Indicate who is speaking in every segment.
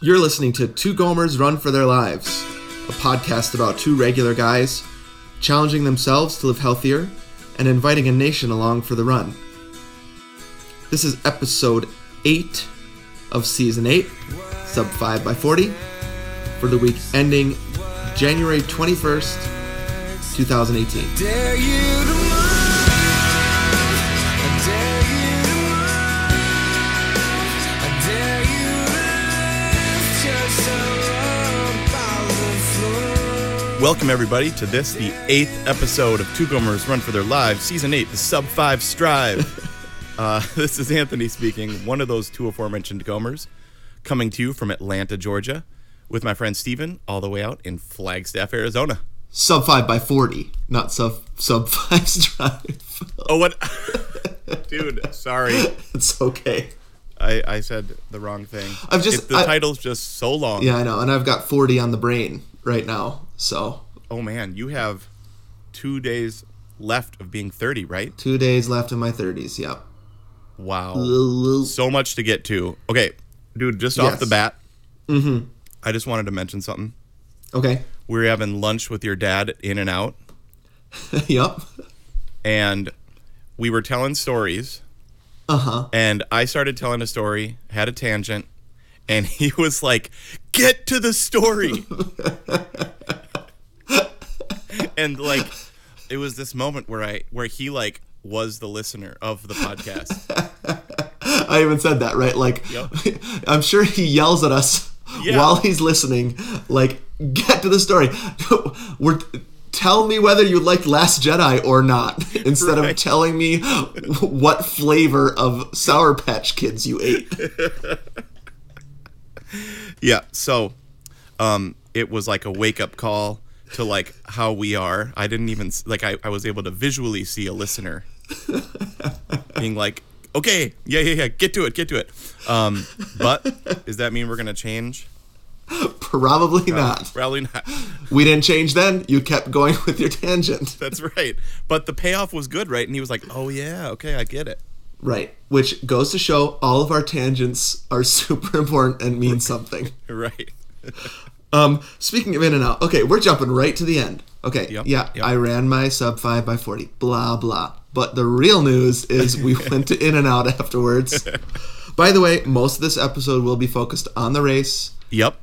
Speaker 1: You're listening to Two Gomers Run for Their Lives, a podcast about two regular guys challenging themselves to live healthier and inviting a nation along for the run. This is episode 8 of season 8, sub 5 by 40, for the week ending January 21st, 2018.
Speaker 2: Dare you to move. I dare you to move. I dare you to lift yourself up out the floor.
Speaker 3: Welcome, everybody, to this, the eighth episode of Two Gomers Run for Their Lives, Season 8, the Sub 5 Strive. uh, this is Anthony speaking, one of those two aforementioned Gomers, coming to you from Atlanta, Georgia, with my friend Steven, all the way out in Flagstaff, Arizona.
Speaker 1: Sub 5 by 40, not sub sub 5 strive.
Speaker 3: Oh, what? Dude, sorry.
Speaker 1: it's okay.
Speaker 3: I, I said the wrong thing.
Speaker 1: I've just-
Speaker 3: If the
Speaker 1: I-
Speaker 3: title's just so long.
Speaker 1: Yeah, I know. And I've got 40 on the brain right now. So,
Speaker 3: Oh, man, you have two days left of being 30, right?
Speaker 1: two days left in my 30s. Yep.
Speaker 3: Wow.
Speaker 1: Ooh,
Speaker 3: so much to get to. Okay, dude, just off
Speaker 1: Yes.
Speaker 3: the bat, I just wanted to mention something.
Speaker 1: Okay.
Speaker 3: We were having lunch with your dad in and out,
Speaker 1: yep.
Speaker 3: and we were telling stories.
Speaker 1: Uh huh.
Speaker 3: And I started telling a story, had a tangent, and he was like, Get to the story. and like, it was this moment where I, where he like was the listener of the podcast.
Speaker 1: I even said that, right? Like,
Speaker 3: Yep.
Speaker 1: I'm sure he yells at us
Speaker 3: Yeah.
Speaker 1: while he's listening, like, get to the story. We're. Tell me whether you liked Last Jedi or not, instead of
Speaker 3: Right.
Speaker 1: telling me what flavor of Sour Patch Kids you ate.
Speaker 3: Yeah. So, um, it was like a wake up call to like how we are. I didn't even s- like I, I was able to visually see a listener being like, okay, yeah, yeah, yeah, get to it, get to it. Um, but does that mean we're gonna change?
Speaker 1: Probably not.
Speaker 3: Probably not.
Speaker 1: We didn't change then. You kept going with your tangent.
Speaker 3: That's right. But the payoff was good, right? And he was like, oh yeah, okay, I get it.
Speaker 1: Right. Which goes to show all of our tangents are super important and mean something.
Speaker 3: Right.
Speaker 1: Um, speaking of in and out, okay, we're jumping right to the end. Okay,
Speaker 3: Yep,
Speaker 1: yeah,
Speaker 3: yep.
Speaker 1: I ran my sub five by forty, blah blah. But the real news is we went to in and out afterwards. By the way, most of this episode will be focused on the race.
Speaker 3: Yep.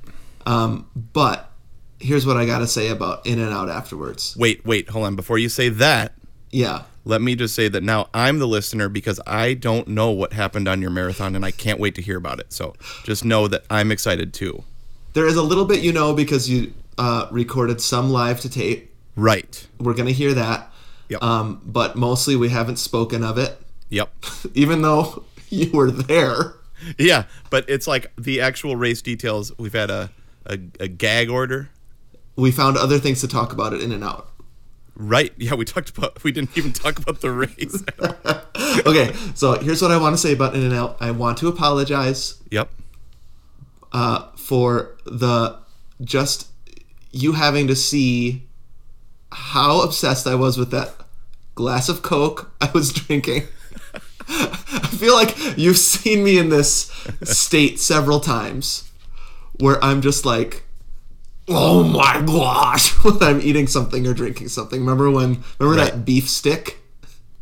Speaker 1: Um, but here's what I gotta say about in and out afterwards.
Speaker 3: Wait, wait, hold on. Before you say that,
Speaker 1: Yeah.
Speaker 3: let me just say that now I'm the listener because I don't know what happened on your marathon and I can't wait to hear about it. So just know that I'm excited too.
Speaker 1: There is a little bit you know because you uh, recorded some live to tape.
Speaker 3: Right.
Speaker 1: We're gonna hear that.
Speaker 3: Yep.
Speaker 1: Um, but mostly we haven't spoken of it,
Speaker 3: Yep.
Speaker 1: even though you were there.
Speaker 3: Yeah, but it's like the actual race details. We've had a a, a gag order.
Speaker 1: We found other things to talk about it in and out.
Speaker 3: Right. Yeah, we talked about we didn't even talk about the race.
Speaker 1: Okay, so here's what I want to say about in and out. I want to apologize
Speaker 3: yep.
Speaker 1: uh, for the just you having to see how obsessed I was with that glass of Coke I was drinking. I feel like you've seen me in this state several times where I'm just like, oh my gosh, when I'm eating something or drinking something. Remember when, remember that
Speaker 3: Right.
Speaker 1: beef stick?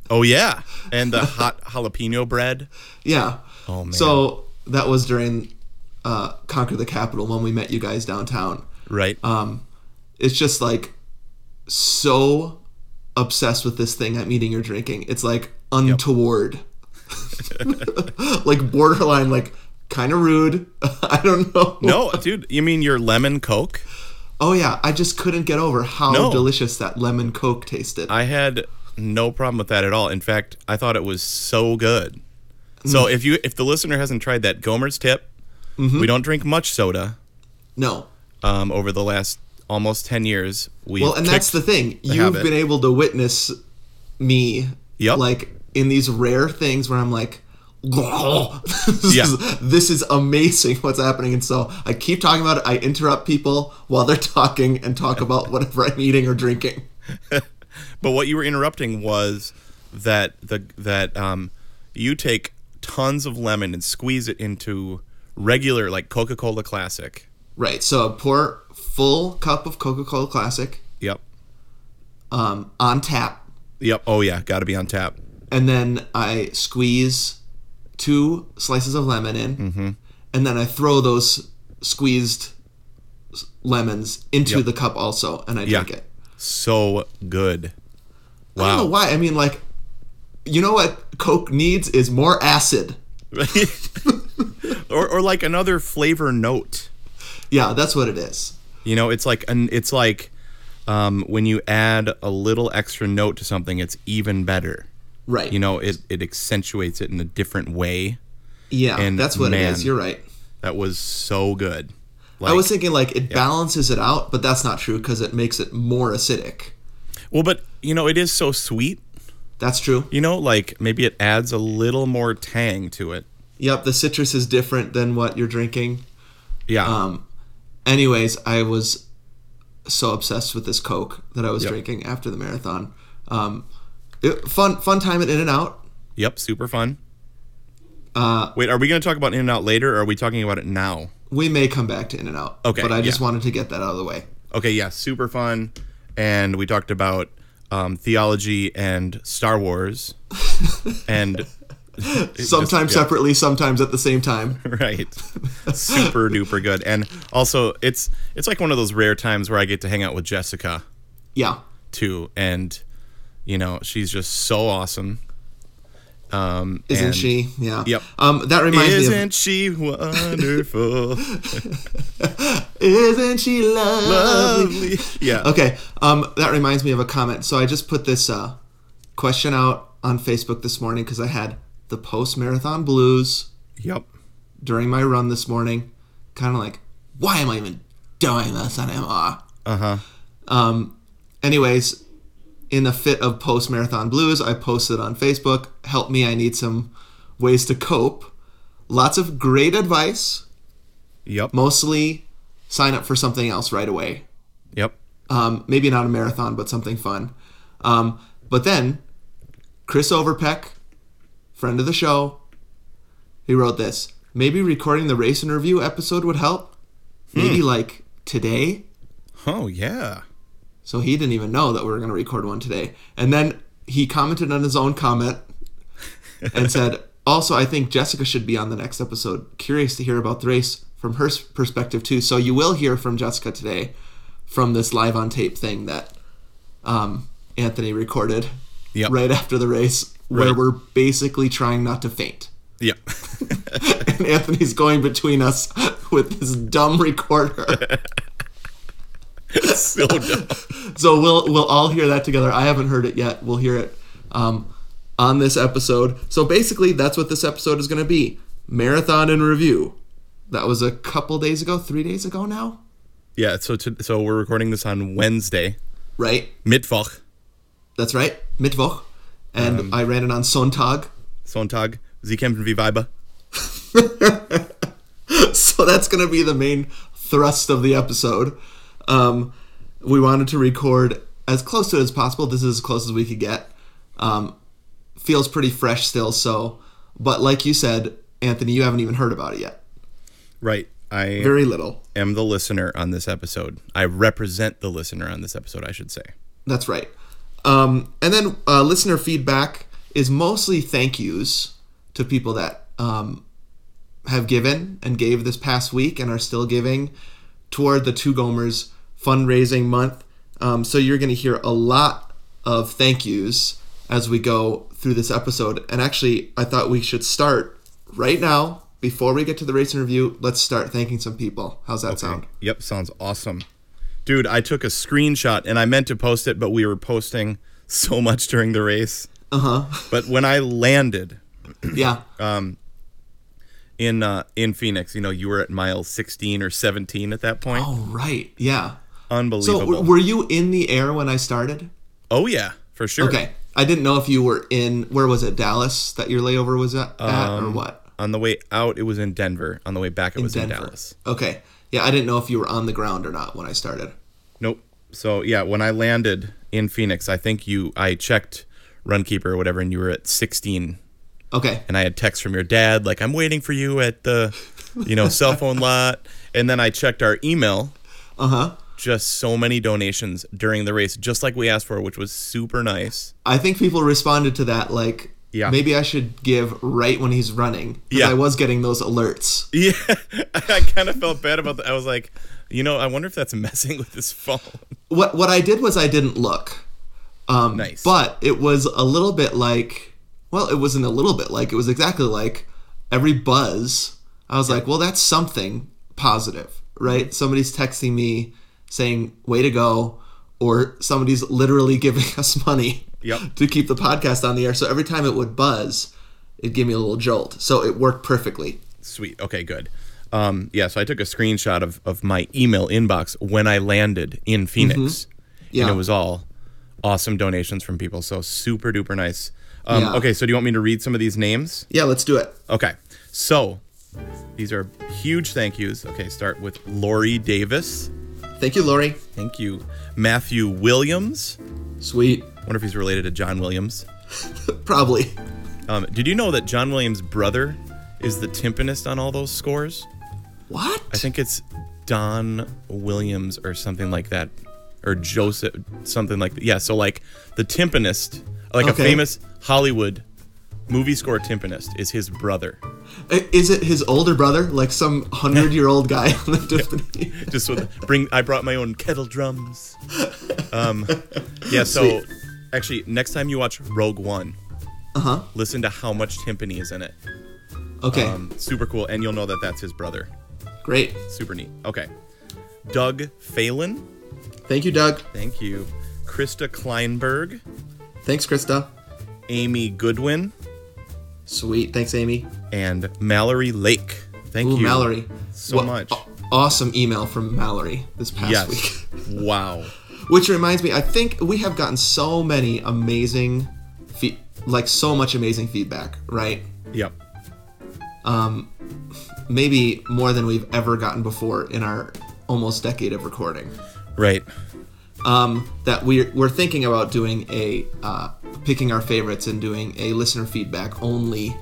Speaker 3: Oh yeah. And the hot jalapeno bread.
Speaker 1: Yeah.
Speaker 3: Oh, man.
Speaker 1: So that was during uh, Conquer the Capital when we met you guys downtown.
Speaker 3: Right.
Speaker 1: Um, it's just like so obsessed with this thing I'm eating or drinking. It's like untoward, like borderline, like kind of rude. I don't know.
Speaker 3: no, dude, you mean your lemon coke?
Speaker 1: Oh yeah, I just couldn't get over how
Speaker 3: No.
Speaker 1: delicious that lemon coke tasted.
Speaker 3: I had no problem with that at all. In fact, I thought it was so good. So
Speaker 1: Mm.
Speaker 3: if you if the listener hasn't tried that Gomer's tip,
Speaker 1: Mm-hmm.
Speaker 3: we don't drink much soda
Speaker 1: no.
Speaker 3: um, over the last almost ten years. We
Speaker 1: Well, and that's the thing. You've
Speaker 3: habit.
Speaker 1: been able to witness me,
Speaker 3: Yep.
Speaker 1: like in these rare things where I'm like, this,
Speaker 3: Yeah.
Speaker 1: is, this is amazing what's happening. And so I keep talking about it. I interrupt people while they're talking and talk about whatever I'm eating or drinking.
Speaker 3: But what you were interrupting was that the that um, you take tons of lemon and squeeze it into regular like Coca-Cola Classic.
Speaker 1: Right. So pour full cup of Coca Cola Classic
Speaker 3: Yep.
Speaker 1: um, on tap,
Speaker 3: Yep. Oh yeah, got to be on tap.
Speaker 1: and then I squeeze two slices of lemon in,
Speaker 3: Mm-hmm.
Speaker 1: and then I throw those squeezed s- lemons into
Speaker 3: Yep.
Speaker 1: the cup also, and I
Speaker 3: Yeah.
Speaker 1: drink it.
Speaker 3: So good.
Speaker 1: I don't know
Speaker 3: Wow.
Speaker 1: why. I mean, like, you know what Coke needs is more acid.
Speaker 3: or or like another flavor note.
Speaker 1: Yeah, that's what it is.
Speaker 3: You know, it's like an it's like um, when you add a little extra note to something, it's even better.
Speaker 1: Right.
Speaker 3: You know, it it accentuates it in a different way.
Speaker 1: Yeah,
Speaker 3: and
Speaker 1: that's what it
Speaker 3: man.
Speaker 1: is. You're right.
Speaker 3: That was so good. Like,
Speaker 1: I was thinking like it balances it out, but that's not true because it makes it more acidic.
Speaker 3: well, but you know, it is so sweet.
Speaker 1: That's true.
Speaker 3: You know, like maybe it adds a little more tang to it.
Speaker 1: Yep, the citrus is different than what you're drinking.
Speaker 3: Yeah.
Speaker 1: Um, anyways, I was so obsessed with this Coke that I was
Speaker 3: Yep.
Speaker 1: drinking after the marathon. Um, it, fun, fun time at In and Out.
Speaker 3: yep. Super fun. Uh, Wait, are we going to talk about In and Out later, or are we talking about it now?
Speaker 1: We may come back to In and Out.
Speaker 3: Okay,
Speaker 1: but I just
Speaker 3: yeah.
Speaker 1: wanted to get that out of the way.
Speaker 3: Okay, yeah, super fun. And we talked about um, theology and Star Wars, and
Speaker 1: Sometimes
Speaker 3: yeah.
Speaker 1: separately, sometimes at the same time.
Speaker 3: right, super duper good. And also, it's it's like one of those rare times where I get to hang out with Jessica
Speaker 1: Yeah,
Speaker 3: too, and you know she's just so awesome. Um,
Speaker 1: isn't
Speaker 3: and-
Speaker 1: she? Yeah.
Speaker 3: Yep.
Speaker 1: Um, that reminds me of
Speaker 3: Isn't she wonderful?
Speaker 1: Isn't she lovely?
Speaker 3: Lovely. Yeah.
Speaker 1: Okay. Um, that reminds me of a comment. So I just put this uh, question out on Facebook this morning because I had the post marathon blues
Speaker 3: Yep.
Speaker 1: during my run this morning. Kind of like, why am I even doing this anymore?
Speaker 3: Uh huh.
Speaker 1: Um, anyways, in a fit of post marathon blues, I posted on Facebook, help me, I need some ways to cope. Lots of great advice,
Speaker 3: Yep.
Speaker 1: mostly sign up for something else right away.
Speaker 3: Yep.
Speaker 1: um, maybe not a marathon, but something fun. Um, but then Chris Overpeck, friend of the show, he wrote this. Maybe recording the race and review episode would help. Maybe like today.
Speaker 3: Oh yeah.
Speaker 1: So he didn't even know that we were going to record one today. And then he commented on his own comment and said, "Also, I think Jessica should be on the next episode. Curious to hear about the race from her s- perspective too. So you will hear from Jessica today from this live on tape thing that um, Anthony recorded
Speaker 3: Yep.
Speaker 1: right after the race, where
Speaker 3: Right.
Speaker 1: we're basically trying not to faint."
Speaker 3: Yep.
Speaker 1: And Anthony's going between us with this dumb recorder. Oh,
Speaker 3: so dumb.
Speaker 1: So we'll we'll all hear that together. I haven't heard it yet. We'll hear it um, on this episode. So basically, that's what this episode is going to be: marathon and review. That was a couple days ago, three days ago now,
Speaker 3: Yeah, so to, so we're recording this on Wednesday,
Speaker 1: right?
Speaker 3: Mittwoch,
Speaker 1: That's right, Mittwoch, and I ran it on Sontag.
Speaker 3: Sonntag, Sie kämpfen wie Weiber.
Speaker 1: So that's going to be the main thrust of the episode. Um, we wanted to record as close to it as possible. This is as close as we could get. Um, feels pretty fresh still. So, but like you said, Anthony, you haven't even heard about it yet.
Speaker 3: Right. I
Speaker 1: Very little.
Speaker 3: am the listener on this episode. I represent the listener on this episode, I should say.
Speaker 1: That's right. Um, and then uh, listener feedback is mostly thank yous to people that um, have given and gave this past week and are still giving toward the Two Gomers fundraising month. Um, so you're going to hear a lot of thank yous as we go through this episode. And actually, I thought we should start right now. Before we get to the race interview, let's start thanking some people. How's that sound?
Speaker 3: Yep, sounds awesome. Dude, I took a screenshot and I meant to post it, but we were posting so much during the race.
Speaker 1: Uh huh.
Speaker 3: But when I landed
Speaker 1: yeah.
Speaker 3: in uh, in Phoenix, you know, you were at mile 16 or 17 at that point.
Speaker 1: All Oh, right. Yeah. So
Speaker 3: Unbelievable.
Speaker 1: w- were you in the air when I started?
Speaker 3: oh yeah, for sure.
Speaker 1: Okay. I didn't know if you were in where was it Dallas that your layover was at, at or what
Speaker 3: On the way out, it was in Denver. On the way back, it Um, was in
Speaker 1: Denver.
Speaker 3: Dallas.
Speaker 1: Okay. Yeah, I didn't know if you were on the ground or not when I started.
Speaker 3: Nope. So yeah, when I landed in Phoenix, I think you I checked Runkeeper or whatever, and you were at 16.
Speaker 1: Okay.
Speaker 3: And I had text from your dad like, "I'm waiting for you at the you know, cell phone lot. And then I checked our email.
Speaker 1: Uh huh.
Speaker 3: Just so many donations during the race, just like we asked for, which was super nice.
Speaker 1: I think people responded to that like,
Speaker 3: Yeah.
Speaker 1: maybe I should give right when he's running. 'cause
Speaker 3: Yeah.
Speaker 1: I was getting those alerts.
Speaker 3: Yeah, I kind of felt bad about that. I was like, you know, I wonder if that's messing with his phone.
Speaker 1: What what I did was I didn't look. Um,
Speaker 3: Nice.
Speaker 1: But it was a little bit like, well, it wasn't a little bit like it was exactly like every buzz. I was like, well, that's something positive,
Speaker 3: Mm-hmm.
Speaker 1: right? Somebody's texting me saying, "Way to go," or somebody's literally giving us money
Speaker 3: Yep.
Speaker 1: to keep the podcast on the air. So every time it would buzz, it'd give me a little jolt. So it worked perfectly.
Speaker 3: Sweet. Okay, good. Um, yeah, so I took a screenshot of, of my email inbox when I landed in Phoenix.
Speaker 1: Mm-hmm. Yeah.
Speaker 3: And it was all awesome donations from people. So super duper nice. Um,
Speaker 1: Yeah.
Speaker 3: Okay, so do you want me to read some of these names?
Speaker 1: Yeah, let's do it.
Speaker 3: Okay, so these are huge thank yous. Okay, start with Lori Davis.
Speaker 1: Thank you, Lori.
Speaker 3: Thank you. Matthew Williams.
Speaker 1: Sweet.
Speaker 3: wonder if he's related to John Williams.
Speaker 1: Probably.
Speaker 3: Um, did you know that John Williams' brother is the timpanist on all those scores?
Speaker 1: What?
Speaker 3: I think it's Don Williams or something like that, or Joseph, something like that. Yeah, so like the timpanist, like
Speaker 1: Okay.
Speaker 3: a famous Hollywood movie score timpanist, is his brother.
Speaker 1: I- Is it his older brother, like some hundred-year-old guy? on the Tiffany?
Speaker 3: Just with bring, I brought my own kettle drums. Um, yeah, so
Speaker 1: Sweet.
Speaker 3: actually, next time you watch Rogue One, uh-huh. listen to how much timpani is in it.
Speaker 1: okay,
Speaker 3: Um, super cool, and you'll know that that's his brother.
Speaker 1: great.
Speaker 3: Super neat. Okay, Doug Phelan.
Speaker 1: Thank you, Doug.
Speaker 3: Thank you. Krista Kleinberg,
Speaker 1: Thanks, Krista.
Speaker 3: Amy Goodwin,
Speaker 1: Sweet. Thanks, Amy.
Speaker 3: and Mallory Lake. Thank
Speaker 1: Ooh,
Speaker 3: you.
Speaker 1: Mallory.
Speaker 3: so much.
Speaker 1: aw- awesome email from Mallory this past
Speaker 3: Yes.
Speaker 1: week.
Speaker 3: wow.
Speaker 1: Which reminds me, I think we have gotten so many amazing, fe- like so much amazing feedback, right?
Speaker 3: Yep.
Speaker 1: Maybe more than we've ever gotten before in our almost decade of recording.
Speaker 3: Right.
Speaker 1: um, that we're, we're thinking about doing a uh, picking our favorites and doing a listener feedback only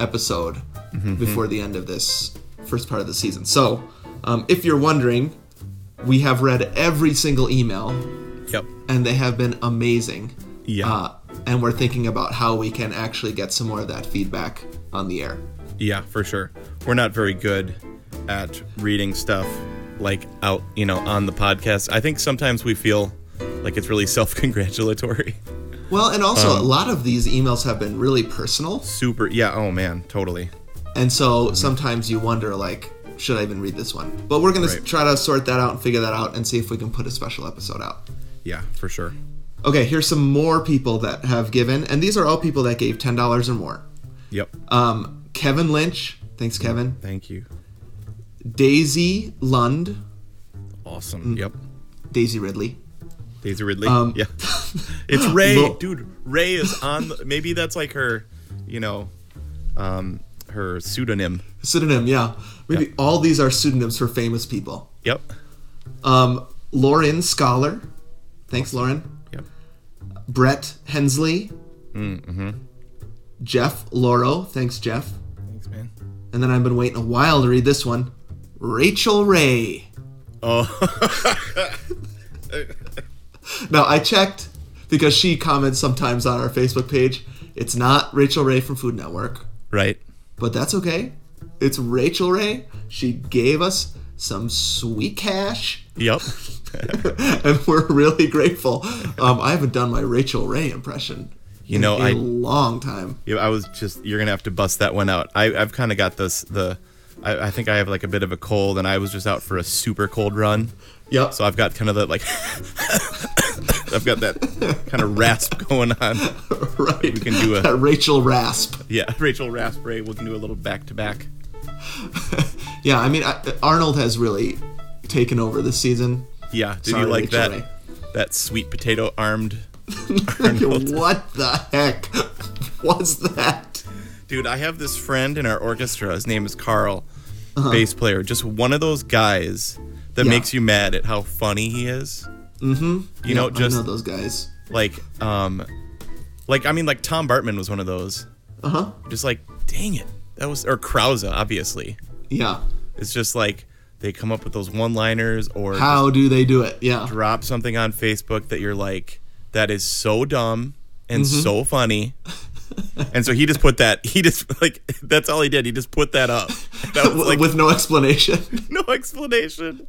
Speaker 1: episode before the end of this first part of the season. So, um, if you're wondering, we have read every single email
Speaker 3: Yep.
Speaker 1: and they have been amazing.
Speaker 3: Yeah.
Speaker 1: Uh, and we're thinking about how we can actually get some more of that feedback on the air.
Speaker 3: Yeah, for sure. We're not very good at reading stuff like out, you know, on the podcast. I think sometimes we feel like it's really self-congratulatory.
Speaker 1: Well, and also a lot of these emails have been really personal.
Speaker 3: Super. Yeah. Oh man. Totally.
Speaker 1: And
Speaker 3: Mm-hmm.
Speaker 1: so sometimes you wonder, like, should I even read this one? But we're going to
Speaker 3: Right.
Speaker 1: try to sort that out and figure that out and see if we can put a special episode out.
Speaker 3: Yeah, for sure.
Speaker 1: Okay, here's some more people that have given, and these are all people that gave $10 or more.
Speaker 3: Yep.
Speaker 1: Um, Kevin Lynch, thanks, Kevin.
Speaker 3: Thank you.
Speaker 1: Daisy Lund, mm.
Speaker 3: Awesome. Yep.
Speaker 1: Daisy Ridley.
Speaker 3: Daisy Ridley.
Speaker 1: Um,
Speaker 3: yeah. It's Ray.
Speaker 1: Lo-
Speaker 3: Dude, Ray is on the, maybe that's like her, you know, um her pseudonym.
Speaker 1: Pseudonym, yeah. Maybe
Speaker 3: Yeah.
Speaker 1: all these are pseudonyms for famous people.
Speaker 3: Yep.
Speaker 1: Um, Lauren Scholar, thanks, Lauren.
Speaker 3: Yep.
Speaker 1: Brett Hensley.
Speaker 3: Mm, mm-hmm.
Speaker 1: Jeff Loro, thanks, Jeff.
Speaker 3: Thanks, man.
Speaker 1: And then I've been waiting a while to read this one. Rachel Ray.
Speaker 3: Oh.
Speaker 1: Now I checked because she comments sometimes on our Facebook page. It's not Rachel Ray from Food Network,
Speaker 3: right.
Speaker 1: but that's okay. It's Rachel Ray. She gave us some sweet cash,
Speaker 3: Yep.
Speaker 1: and we're really grateful. Um, I haven't done my Rachel Ray impression.
Speaker 3: You know,
Speaker 1: in a
Speaker 3: I-
Speaker 1: long time.
Speaker 3: Yeah, I was just you're gonna have to bust that one out. I, I've kind of got this the I, I think I have like a bit of a cold and I was just out for a super cold run.
Speaker 1: Yep.
Speaker 3: So I've got kind of that like I've got that kind of rasp going on.
Speaker 1: right. We
Speaker 3: can do a-
Speaker 1: that Rachel rasp.
Speaker 3: Yeah, Rachel Raspberry, we can do a little back to back.
Speaker 1: Yeah, I mean I, Arnold has really taken over this season.
Speaker 3: Yeah, did
Speaker 1: Sorry,
Speaker 3: you like
Speaker 1: Rachel
Speaker 3: that
Speaker 1: Ray.
Speaker 3: that sweet potato armed Arnold?
Speaker 1: What the heck was that?
Speaker 3: Dude, I have this friend in our orchestra. His name is Carl, bass player. Just one of those guys that
Speaker 1: Uh-huh. Yeah.
Speaker 3: makes you mad at how funny he is. Mm-hmm. You know, just
Speaker 1: I know those guys.
Speaker 3: like, um, like I mean, like Tom Bartman was one of those.
Speaker 1: Uh huh.
Speaker 3: Just like, dang it, that was or Krause, obviously.
Speaker 1: Yeah.
Speaker 3: It's just like they come up with those one liners or
Speaker 1: How do they do it? Yeah.
Speaker 3: drop something on Facebook that you're like, that is so dumb and
Speaker 1: Mm-hmm.
Speaker 3: so funny. and so he just put that, he just like, that's all he did. He just put that up. That was like Oh,
Speaker 1: With no explanation.
Speaker 3: no explanation.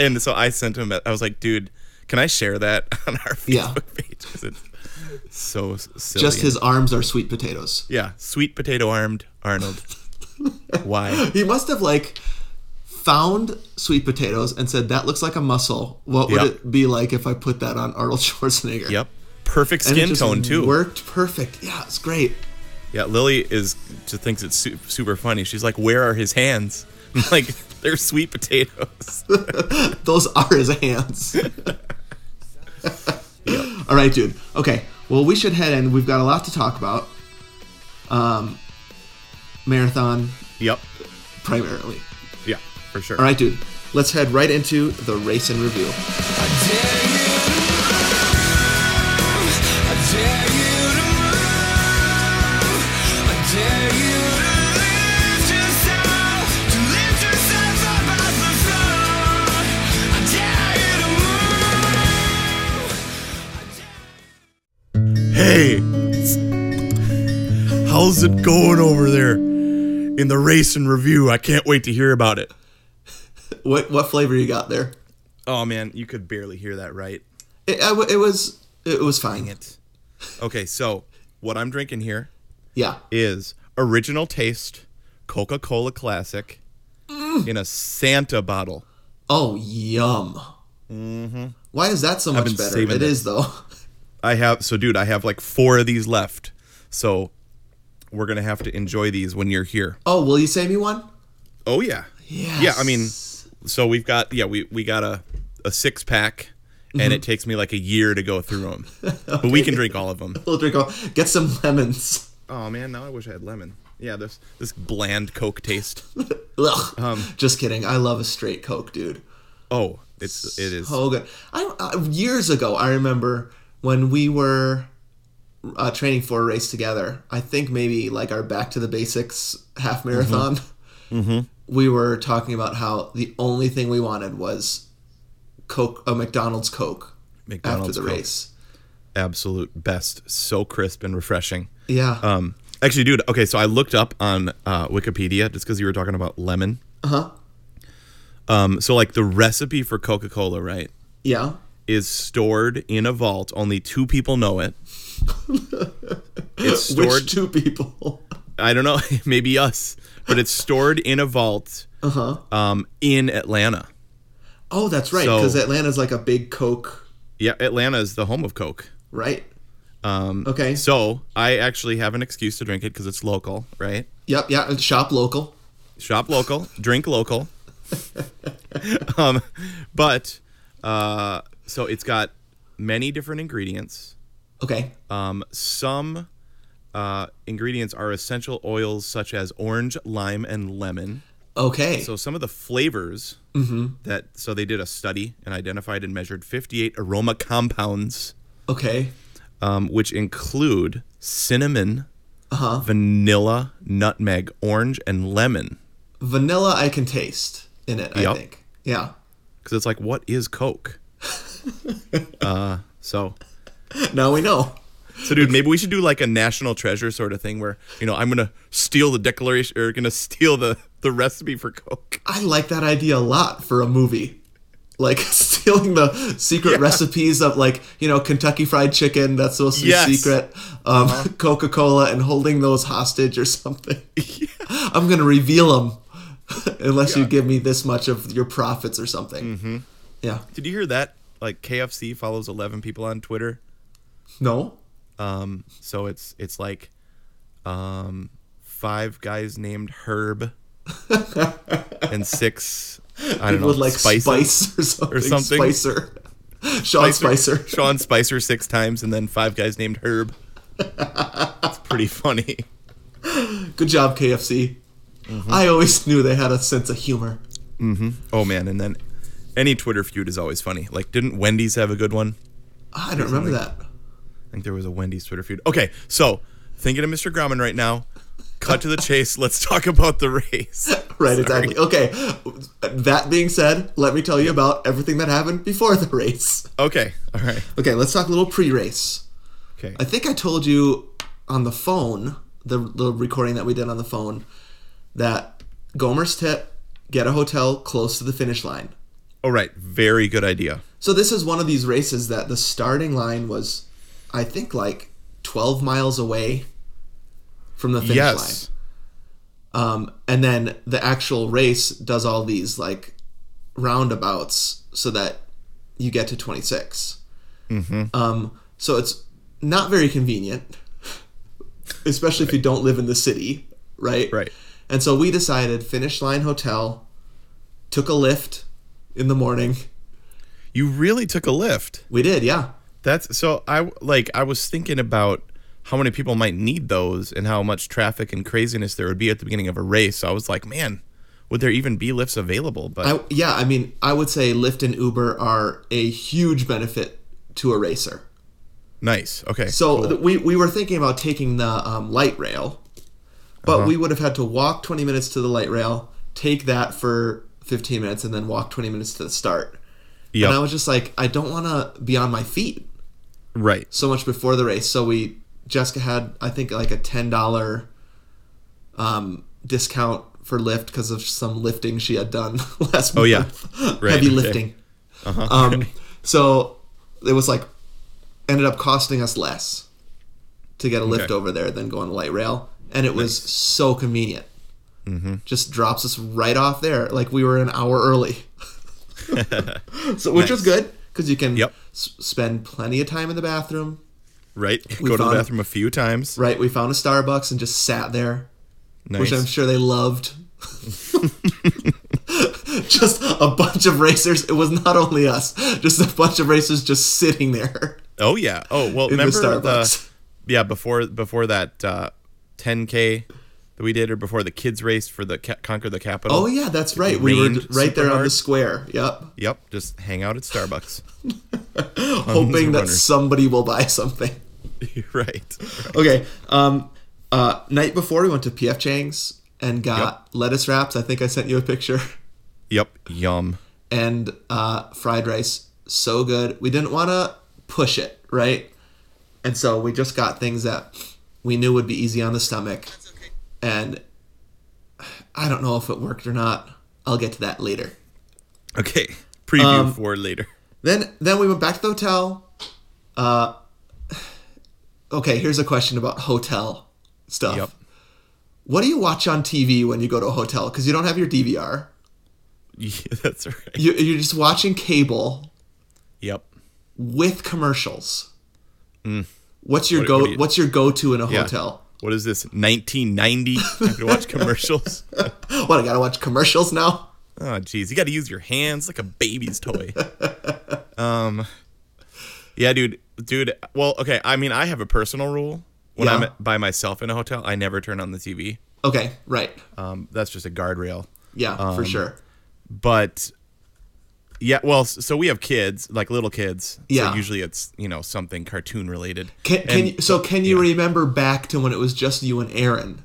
Speaker 3: And so I sent him, I was like, dude, can I share that on our Facebook
Speaker 1: Yeah.
Speaker 3: page? 'Cause It's so silly.
Speaker 1: Just his arms are sweet potatoes.
Speaker 3: Yeah, sweet potato armed Arnold. Why?
Speaker 1: He must have like found sweet potatoes and said that looks like a muscle. What would
Speaker 3: Yeah.
Speaker 1: it be like if I put that on Arnold Schwarzenegger?
Speaker 3: Yep. Perfect
Speaker 1: And it
Speaker 3: skin
Speaker 1: just
Speaker 3: tone too.
Speaker 1: Worked perfect. Yeah, it's great.
Speaker 3: Yeah, Lily is just thinks it's su- super funny. She's like, "Where are his hands?" I'm like, "They're sweet potatoes."
Speaker 1: Those are his hands. All right, dude. Okay. Well, we should head in. We've got a lot to talk about. Um, marathon
Speaker 3: yep.
Speaker 1: primarily.
Speaker 3: Yeah, for sure.
Speaker 1: All right, dude. Let's head right into the race and review.
Speaker 3: Hey, how's it going over there in the race and review? I can't wait to hear about it.
Speaker 1: What what flavor you got there?
Speaker 3: Oh man, you could barely hear that, right?
Speaker 1: It, I w- it was it was fine.
Speaker 3: It. Okay, so what I'm drinking here
Speaker 1: Yeah.
Speaker 3: is original taste Coca-Cola Classic in a Santa bottle.
Speaker 1: Oh, yum. Mm-hmm. Why is that so much
Speaker 3: been
Speaker 1: better? It
Speaker 3: saving
Speaker 1: is
Speaker 3: it.
Speaker 1: though.
Speaker 3: I have so dude, I have like four of these left. So we're gonna have to enjoy these when you're here.
Speaker 1: Oh, will you save me one?
Speaker 3: Oh yeah. Yeah, I mean so we've got yeah, we, we got a, a six pack and it takes me like a year to go through them. But we can drink all of them.
Speaker 1: We'll drink all. Get some lemons.
Speaker 3: Oh man, now I wish I had lemon. Yeah, this this bland Coke taste.
Speaker 1: Ugh.
Speaker 3: Um,
Speaker 1: Just kidding. I love a straight Coke, dude.
Speaker 3: Oh, it's it is.
Speaker 1: So good. I, I years ago, I remember when we were uh, training for a race together. I think maybe like our back to the basics
Speaker 3: Mm-hmm.
Speaker 1: half marathon. We were talking about how the only thing we wanted was Coke, a McDonald's Coke
Speaker 3: McDonald's
Speaker 1: after the
Speaker 3: Coke.
Speaker 1: race.
Speaker 3: absolute best. So crisp and refreshing.
Speaker 1: Yeah.
Speaker 3: Um, actually, dude. Okay, so I looked up on uh, Wikipedia just because you were talking about lemon. Uh
Speaker 1: Uh-huh.
Speaker 3: huh. Um, so like the recipe for Coca Cola, right,
Speaker 1: yeah.
Speaker 3: is stored in a vault. Only two people know it. it's stored.
Speaker 1: Which two people?
Speaker 3: I don't know. Maybe us, but it's stored in a vault. Uh huh. Um, in Atlanta.
Speaker 1: Uh-huh. oh, that's right.
Speaker 3: So-
Speaker 1: Because Atlanta's like a big Coke,
Speaker 3: Yeah, Atlanta is the home of Coke.
Speaker 1: right? Um, okay.
Speaker 3: So I actually have an excuse to drink it because it's local, right?
Speaker 1: yep. Yeah. and Shop local.
Speaker 3: shop local, drink local. um, but uh, so it's got many different ingredients.
Speaker 1: Okay.
Speaker 3: Um, some uh, ingredients are essential oils such as orange, lime, and lemon.
Speaker 1: Okay.
Speaker 3: So some of the flavors that so they did a study and identified and measured 58 aroma compounds,
Speaker 1: okay.
Speaker 3: um, which include cinnamon, vanilla, nutmeg, orange, and lemon.
Speaker 1: vanilla I can taste in it, I
Speaker 3: Yep.
Speaker 1: think. Yeah.
Speaker 3: because it's like, what is Coke? uh, so,
Speaker 1: Now we know.
Speaker 3: so dude, maybe we should do like a national treasure sort of thing where you know I'm gonna steal the declaration or gonna steal the the recipe for Coke.
Speaker 1: I like that idea a lot for a movie. Like stealing the secret recipes of like, you know, Kentucky fried chicken that's supposed to be
Speaker 3: Yes. Uh-huh.
Speaker 1: secret, um, Coca-Cola and holding those hostage or something. I'm going to reveal them unless you give me this much of your profits or something. Mm-hmm. Yeah.
Speaker 3: Did you hear that? Like KFC follows 11 people on Twitter,
Speaker 1: No.
Speaker 3: um, so it's it's like um, five guys named Herb and six I don't know
Speaker 1: With like
Speaker 3: Spices.
Speaker 1: spice or something.
Speaker 3: something.
Speaker 1: Spicer. Sean Spicer.
Speaker 3: Sean Spicer six times, and then five guys named Herb. It's pretty funny.
Speaker 1: Good job, KFC.
Speaker 3: Mm-hmm.
Speaker 1: I always knew they had a sense of humor.
Speaker 3: Oh man, and then any Twitter feud is always funny. Like, didn't Wendy's have a good one?
Speaker 1: I don't remember that.
Speaker 3: I think there was a Wendy's Twitter feud. Okay, so thinking of Mr. Grauman right now. Cut to the chase. Let's talk about the race.
Speaker 1: Right, exactly. Okay. That being said, let me tell you about everything that happened before the race.
Speaker 3: Okay. All right.
Speaker 1: Okay, let's talk a little pre-race.
Speaker 3: Okay.
Speaker 1: I think I told you on the phone, the, the recording that we did on the phone, that Gomer's tip: get a hotel close to the finish line.
Speaker 3: All right. Very good idea.
Speaker 1: So this is one of these races that the starting line was, I think, like 12 miles away from the finish
Speaker 3: yes.
Speaker 1: line. Um, and then the actual race does all these like roundabouts so that you get to 26.
Speaker 3: Mm-hmm.
Speaker 1: Um, so it's not very convenient, especially if you don't live in the city, right?
Speaker 3: Right.
Speaker 1: And so we decided finish line hotel, took a lift in the morning.
Speaker 3: You really took a lift.
Speaker 1: We did, yeah.
Speaker 3: That's so I like I was thinking about how many people might need those and how much traffic and craziness there would be at the beginning of a race. So I was like, man, would there even be lifts available? But
Speaker 1: I, yeah, I mean, I would say Lyft and Uber are a huge benefit to a racer.
Speaker 3: nice. Okay.
Speaker 1: So
Speaker 3: cool.
Speaker 1: th- we, we were thinking about taking the um, light rail, but
Speaker 3: Uh-huh.
Speaker 1: we would have had to walk 20 minutes to the light rail, take that for 15 minutes, and then walk 20 minutes to the start.
Speaker 3: Yep.
Speaker 1: And I was just like, I don't want to be on my feet
Speaker 3: right.
Speaker 1: so much before the race. So we, Jessica had, I think, like a $10 um, discount for Lyft because of some lifting she had done last month.
Speaker 3: Oh, yeah. Right,
Speaker 1: Heavy
Speaker 3: okay. Uh-huh.
Speaker 1: lifting. Um, so it was like ended up costing us less to get a lift
Speaker 3: Okay.
Speaker 1: over there than go on the light rail, and it was so convenient.
Speaker 3: Mm-hmm.
Speaker 1: Just drops us right off there, like we were an hour early, so which was good because you can
Speaker 3: Yep.
Speaker 1: s- spend plenty of time in the bathroom.
Speaker 3: Right. Go to the
Speaker 1: found-
Speaker 3: bathroom a few times.
Speaker 1: Right, we found a Starbucks and just sat there,
Speaker 3: Nice.
Speaker 1: which I'm sure they loved. just a bunch of racers. It was not only us, just a bunch of racers just sitting there.
Speaker 3: Oh yeah. Oh well.
Speaker 1: the
Speaker 3: remember the,
Speaker 1: Starbucks.
Speaker 3: yeah before before that uh, 10k that we did, or before the kids race for the ca- conquer the capital.
Speaker 1: Oh yeah, that's right. We were
Speaker 3: rained
Speaker 1: right there
Speaker 3: super
Speaker 1: on the
Speaker 3: hard.
Speaker 1: square. Yep.
Speaker 3: Yep. Just hang out at Starbucks.
Speaker 1: Hoping
Speaker 3: of
Speaker 1: that
Speaker 3: runners.
Speaker 1: somebody will buy something.
Speaker 3: right.
Speaker 1: Okay. Um uh night before we went to PF Chang's and got lettuce wraps. I think I sent you a picture.
Speaker 3: Yep. Yum.
Speaker 1: And uh fried rice. So good. We didn't want to push it, right? And so we just got things that we knew would be easy on the stomach. And I don't know if it worked or not. I'll get to that later.
Speaker 3: Okay. Preview
Speaker 1: Um,
Speaker 3: for later.
Speaker 1: Then then we went back to the hotel. Uh, okay, here's a question about hotel stuff.
Speaker 3: Yep.
Speaker 1: What do you watch on TV when you go to a hotel? Because you don't have your DVR.
Speaker 3: Yeah, that's right.
Speaker 1: You, you're just watching cable
Speaker 3: Yep.
Speaker 1: with commercials. What's your
Speaker 3: Mm. What-
Speaker 1: go?
Speaker 3: what do you-
Speaker 1: what's your go-to in a
Speaker 3: Yeah.
Speaker 1: hotel?
Speaker 3: What is this? 1990? I have to watch commercials.
Speaker 1: What I gotta watch commercials now?
Speaker 3: Oh, jeez, you got to use your hands like a baby's toy. um, yeah, dude, dude. Well, okay. I mean, I have a personal rule. When
Speaker 1: Yeah.
Speaker 3: I'm by myself in a hotel, I never turn on the TV.
Speaker 1: Okay, right.
Speaker 3: Um, that's just a guardrail.
Speaker 1: Yeah,
Speaker 3: Um,
Speaker 1: for sure.
Speaker 3: But yeah, well, s- so we have kids, like little kids.
Speaker 1: Yeah.
Speaker 3: So usually it's you know something cartoon related.
Speaker 1: Can, can
Speaker 3: and-
Speaker 1: you, so can you remember back to when it was just you and Aaron,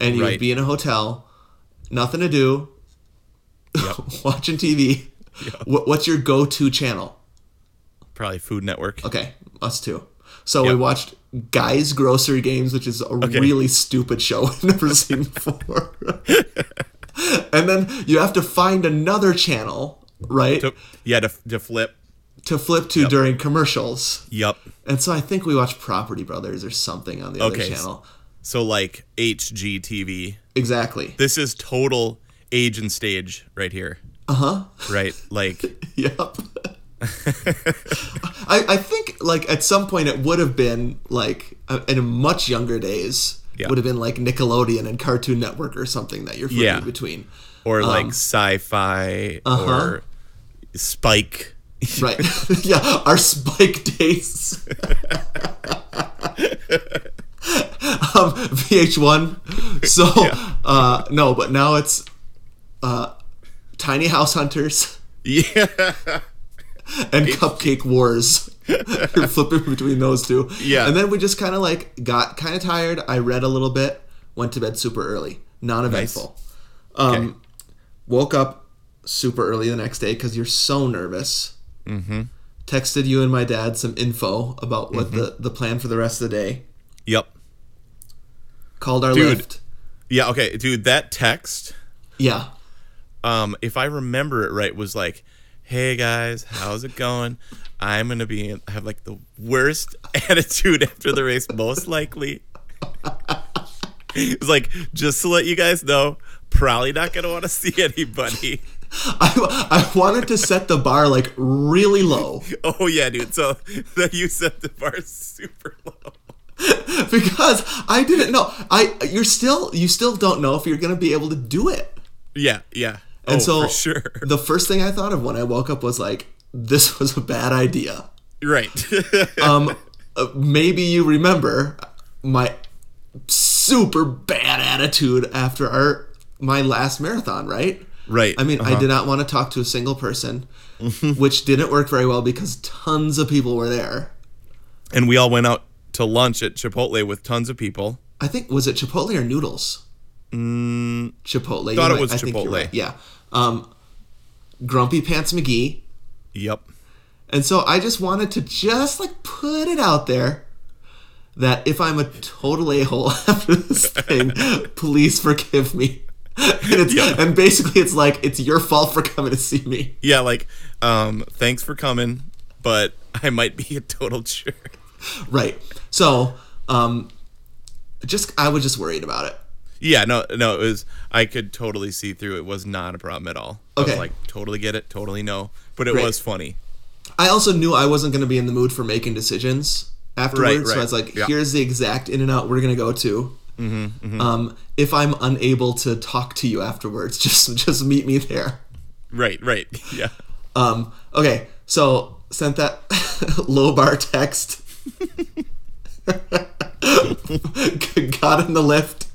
Speaker 1: and you'd
Speaker 3: Right.
Speaker 1: be in a hotel, nothing to do, watching TV. What, what's your go-to channel?
Speaker 3: probably Food Network.
Speaker 1: Okay, us too. So we
Speaker 3: Yep.
Speaker 1: watched Guys Grocery Games, which is a really stupid show I've never seen before. and then you have to find another channel, right, to,
Speaker 3: To- yeah, to, to flip.
Speaker 1: flip to during commercials.
Speaker 3: Yup.
Speaker 1: And so I think we watched Property Brothers or something on the other
Speaker 3: Okay, s-
Speaker 1: channel.
Speaker 3: So like HGTV.
Speaker 1: Exactly.
Speaker 3: This is total age and stage right here. Uh huh. Right, like.
Speaker 1: Yep. I, I think like at some point it would have been like uh, in much younger days
Speaker 3: Yeah.
Speaker 1: would have been like Nickelodeon and Cartoon Network or something that you're flipping
Speaker 3: Yeah.
Speaker 1: between.
Speaker 3: or like sci-fi or spike
Speaker 1: Right. yeah, our spike days. um, VH1. So uh, no, but now it's uh, Tiny House Hunters
Speaker 3: yeah
Speaker 1: and Cupcake Wars. You're flipping between those two.
Speaker 3: Yeah.
Speaker 1: And then we just kind of like got kind of tired. I read a little bit, went to bed super early, non-eventful. Um,
Speaker 3: Okay.
Speaker 1: Woke up super early the next day because you're so nervous. Mm-hmm. Texted you and my dad some info about what
Speaker 3: Mm-hmm.
Speaker 1: the, the plan for the rest of the day.
Speaker 3: Yep.
Speaker 1: Called our
Speaker 3: Dude.
Speaker 1: lift.
Speaker 3: Yeah. Okay, dude. That text.
Speaker 1: Yeah.
Speaker 3: um, if I remember it right, was like, "Hey guys, how's it going? I'm gonna be have like the worst attitude after the race, most likely." it's like just to let you guys know, probably not gonna want to see anybody.
Speaker 1: I, I wanted to set the bar like really low
Speaker 3: Oh yeah, dude. So that you set the bar super low.
Speaker 1: because I didn't know. I you're still you still don't know if you're gonna be able to do it.
Speaker 3: Yeah, yeah.
Speaker 1: And so
Speaker 3: oh, for sure.
Speaker 1: the first thing I thought of when I woke up was like, this was a bad idea.
Speaker 3: right.
Speaker 1: Um, uh, maybe you remember my super bad attitude after our my last marathon, right?
Speaker 3: right. uh-huh.
Speaker 1: I mean, I did not want to talk to a single person, which didn't work very well because tons of people were there.
Speaker 3: and we all went out to lunch at Chipotle with tons of people.
Speaker 1: I think was it Chipotle or noodles? Mm, Chipotle.
Speaker 3: thought
Speaker 1: You
Speaker 3: it
Speaker 1: might-
Speaker 3: was
Speaker 1: I think you're
Speaker 3: Chipotle.
Speaker 1: right, Yeah. Um, Grumpy Pants McGee.
Speaker 3: Yep.
Speaker 1: And so I just wanted to just like put it out there that if I'm a total a hole after this thing, please forgive me. And, it's, and basically, it's like it's your fault for coming to see me.
Speaker 3: Yeah, like, um, thanks for coming, but I might be a total jerk.
Speaker 1: Right. So, um, just I was just worried about it.
Speaker 3: Yeah, no, no, it was. I could totally see through. It was not a problem at all. I
Speaker 1: Okay.
Speaker 3: was like, totally get it, totally no. But it
Speaker 1: Great.
Speaker 3: was funny.
Speaker 1: I also knew I wasn't going to be in the mood for making decisions afterwards.
Speaker 3: Right,
Speaker 1: So
Speaker 3: right.
Speaker 1: I was like,
Speaker 3: Yeah. Mm-hmm,
Speaker 1: here's the exact in and out we're going to go to. Um, if I'm unable to talk to you afterwards, just just meet me there.
Speaker 3: Right, right, yeah.
Speaker 1: Um, okay, so sent that low bar text. got in the lift,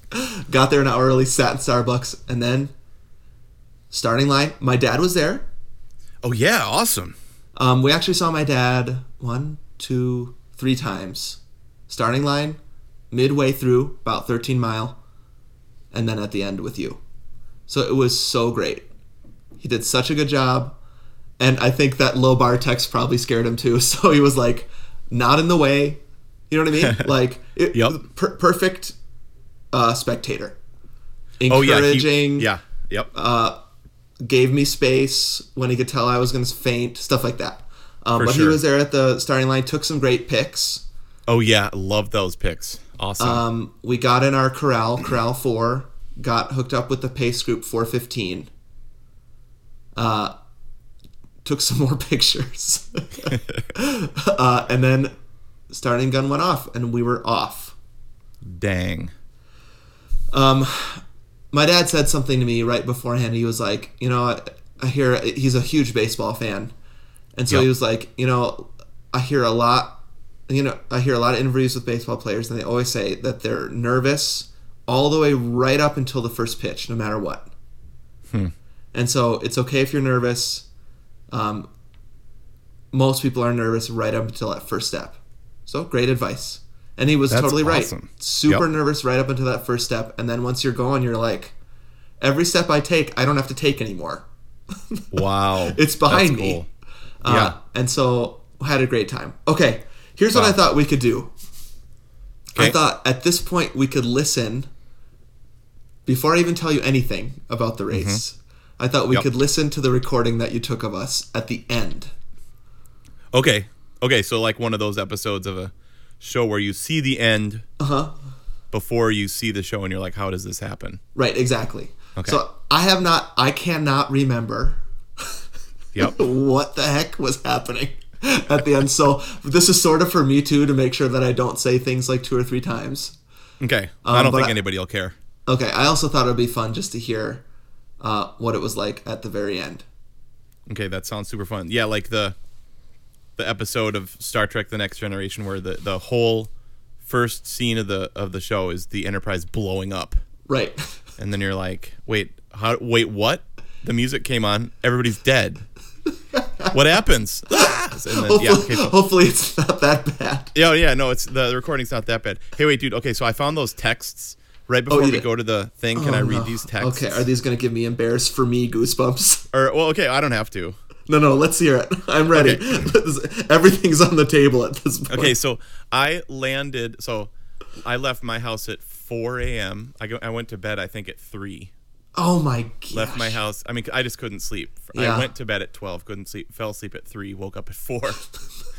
Speaker 1: got there an hour early, sat in Starbucks, and then starting line. My dad was there.
Speaker 3: Oh yeah, awesome.
Speaker 1: Um, we actually saw my dad one, two, three times. Starting line, midway through, about 13 mile, and then at the end with you. So it was so great. He did such a good job. And I think that low bar text probably scared him too. So he was like, not in the way. You know what I mean? Like, it,
Speaker 3: Yep.
Speaker 1: per- perfect uh, spectator.
Speaker 3: Oh yeah, he-
Speaker 1: Encouraging
Speaker 3: yeah, yep.
Speaker 1: gave me space when he could tell I was going to faint, stuff like that. Um,
Speaker 3: For
Speaker 1: but he
Speaker 3: sure.
Speaker 1: was there at the starting line, took some great picks.
Speaker 3: oh yeah, love those picks. Awesome.
Speaker 1: Um, we got in our corral, corral four, got hooked up with the pace group 415. Uh, took some more pictures. uh, and then starting gun went off, and we were off.
Speaker 3: Dang.
Speaker 1: Um, my dad said something to me right beforehand. He was like, you know, I, I hear he's a huge baseball fan, and so
Speaker 3: Yep.
Speaker 1: he was like, you know, I hear a lot, you know, I hear a lot of interviews with baseball players, and they always say that they're nervous all the way right up until the first pitch, no matter what. And so it's okay if you're nervous. Um, most people are nervous right up until that first step. So great advice. And he was
Speaker 3: That's
Speaker 1: totally
Speaker 3: awesome.
Speaker 1: right. Super
Speaker 3: Yep.
Speaker 1: nervous right up until that first step. And then once you're going, you're like, every step I take, I don't have to take anymore.
Speaker 3: Wow.
Speaker 1: It's behind me. Uh,
Speaker 3: Yeah.
Speaker 1: and so had a great time. Okay, here's what I
Speaker 3: Wow.
Speaker 1: thought we could do. I
Speaker 3: Okay.
Speaker 1: thought at this point we could listen before I even tell you anything about the race. I thought we
Speaker 3: Mm-hmm. Yep.
Speaker 1: could listen to the recording that you took of us at the end.
Speaker 3: Okay. Okay, so like one of those episodes of a show where you see the end
Speaker 1: Uh-huh.
Speaker 3: before you see the show and you're like, how does this happen?
Speaker 1: Right, exactly.
Speaker 3: Okay.
Speaker 1: So I have not I cannot remember
Speaker 3: Yep.
Speaker 1: what the heck was happening at the end. So this is sort of for me too to make sure that I don't say things like two or three times.
Speaker 3: Okay. I don't
Speaker 1: Um, but
Speaker 3: think
Speaker 1: I-
Speaker 3: anybody will care.
Speaker 1: Okay, I also thought it would be fun just to hear uh, what it was like at the very end.
Speaker 3: Okay, that sounds super fun. Yeah, like the the episode of Star Trek The Next Generation where the, the whole first scene of the of the show is the Enterprise blowing up.
Speaker 1: Right.
Speaker 3: And then you're like, wait, how wait what? The music came on, everybody's dead. What happens? Ah! And then,
Speaker 1: Hopefully,
Speaker 3: yeah, okay, so-
Speaker 1: hopefully it's not that bad.
Speaker 3: Yeah, yeah, no, it's the the recording's not that bad. Hey, wait, dude. Okay, so I found those texts right before
Speaker 1: Oh, you
Speaker 3: we
Speaker 1: did. Oh,
Speaker 3: go to the thing, can I read these texts?
Speaker 1: Okay, are these gonna give me embarrassed for me goosebumps?
Speaker 3: or well, okay, I don't have to.
Speaker 1: No, no, let's hear it. I'm ready. This- Everything's on the table at this point.
Speaker 3: Okay, so I landed. So I left my house at 4 a.m. I go. I went to bed. I think at three.
Speaker 1: Oh my gosh.
Speaker 3: Left my house. I mean, I just couldn't sleep.
Speaker 1: Yeah.
Speaker 3: I went to bed at 12. Couldn't sleep. Fell asleep at three. Woke up at four.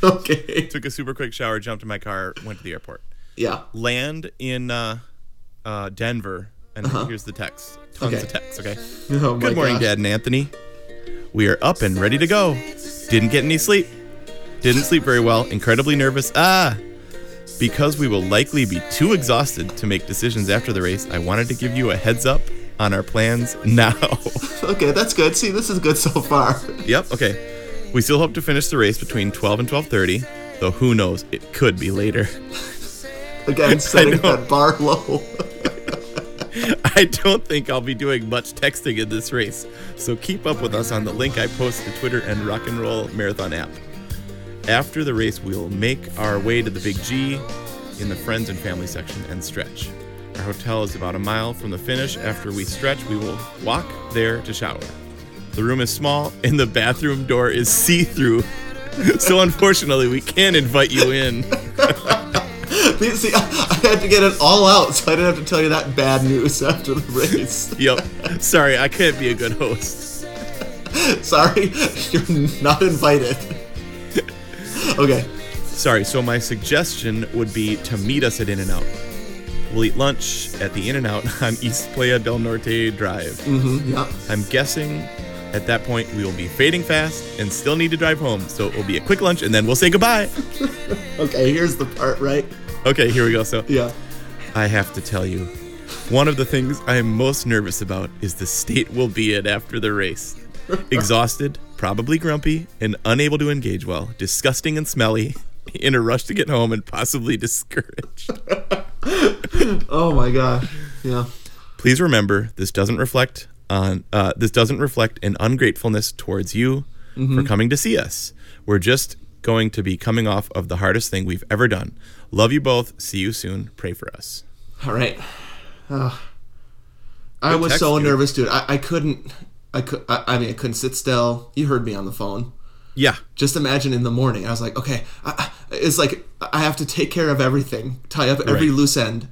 Speaker 1: Okay.
Speaker 3: took a super quick shower. Jumped in my car. Went to the airport.
Speaker 1: Yeah.
Speaker 3: Land in uh, uh, Denver. And here's the text. Tons
Speaker 1: Uh-huh. Okay.
Speaker 3: of texts. Okay.
Speaker 1: Oh my
Speaker 3: Good morning,
Speaker 1: gosh.
Speaker 3: Dad and Anthony. We are up and ready to go. Didn't get any sleep. Didn't sleep very well. Incredibly nervous. Ah! Because we will likely be too exhausted to make decisions after the race, I wanted to give you a heads up on our plans now.
Speaker 1: Okay, that's good. See, this is good so far.
Speaker 3: yep, okay. We still hope to finish the race between 12 and 12:30, though who knows, it could be later.
Speaker 1: Again, setting
Speaker 3: know.
Speaker 1: that bar low.
Speaker 3: I don't think I'll be doing much texting in this race, so keep up with us on the link I post to Twitter and Rock and Roll Marathon app. After the race, we'll make our way to the Big G in the friends and family section and stretch. Our hotel is about a mile from the finish. After we stretch, we will walk there to shower. The room is small and the bathroom door is see through, so unfortunately, we can't invite you in.
Speaker 1: See, I had to get it all out, so I didn't have to tell you that bad news after the race.
Speaker 3: Yep. Sorry, I can't be a good host.
Speaker 1: Sorry, you're not invited. Okay.
Speaker 3: Sorry, so my suggestion would be to meet us at In N Out. We'll eat lunch at the In N Out on East Playa del Norte Drive.
Speaker 1: Mm-hmm. Yeah.
Speaker 3: I'm guessing at that point we will be fading fast and still need to drive home, so it will be a quick lunch and then we'll say goodbye.
Speaker 1: Okay. Here's the part, right?
Speaker 3: Okay, here we go. So
Speaker 1: Yeah.
Speaker 3: I have to tell you, one of the things I am most nervous about is the state we'll be in after the race. Exhausted, probably grumpy, and unable to engage well, disgusting and smelly, in a rush to get home and possibly discouraged.
Speaker 1: Oh my gosh. Yeah.
Speaker 3: Please remember, this doesn't reflect on uh, this doesn't reflect an ungratefulness towards you for coming to see us. We're just going to be coming off of the hardest thing we've ever done. Love you both. See you soon. Pray for us.
Speaker 1: All right. Ugh. I was
Speaker 3: text,
Speaker 1: so
Speaker 3: dude.
Speaker 1: nervous, dude. I, I couldn't. I could. I, I mean, I couldn't sit still. You heard me on the phone.
Speaker 3: Yeah.
Speaker 1: Just imagine in the morning. I was like, okay, I, I- it's like I have to take care of everything, tie up every
Speaker 3: Right.
Speaker 1: loose end.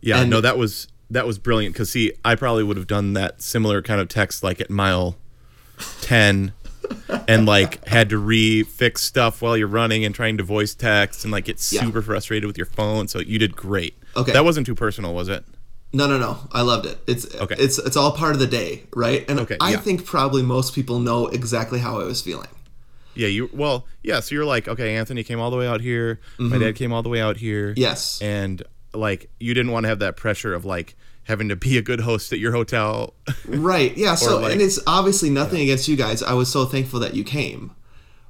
Speaker 3: Yeah.
Speaker 1: And-
Speaker 3: no, that was that was brilliant. Cause see, I probably would have done that similar kind of text like at mile ten and like had to refix stuff while you're running and trying to voice text and like get
Speaker 1: Yeah.
Speaker 3: super frustrated with your phone. So you did great.
Speaker 1: Okay.
Speaker 3: That wasn't too personal, was it?
Speaker 1: No, no, no. I loved it. It's
Speaker 3: Okay.
Speaker 1: it's it's all part of the day, right? And
Speaker 3: Okay,
Speaker 1: I
Speaker 3: yeah.
Speaker 1: think probably most people know exactly how I was feeling.
Speaker 3: Yeah, you well, yeah, so you're like, okay, Anthony came all the way out here, my dad came all the way out here.
Speaker 1: Mm-hmm. Yes.
Speaker 3: And like you didn't want to have that pressure of like having to be a good host at your hotel.
Speaker 1: Right. Yeah. So,
Speaker 3: like-
Speaker 1: and it's obviously nothing against you guys. I was so thankful that you came,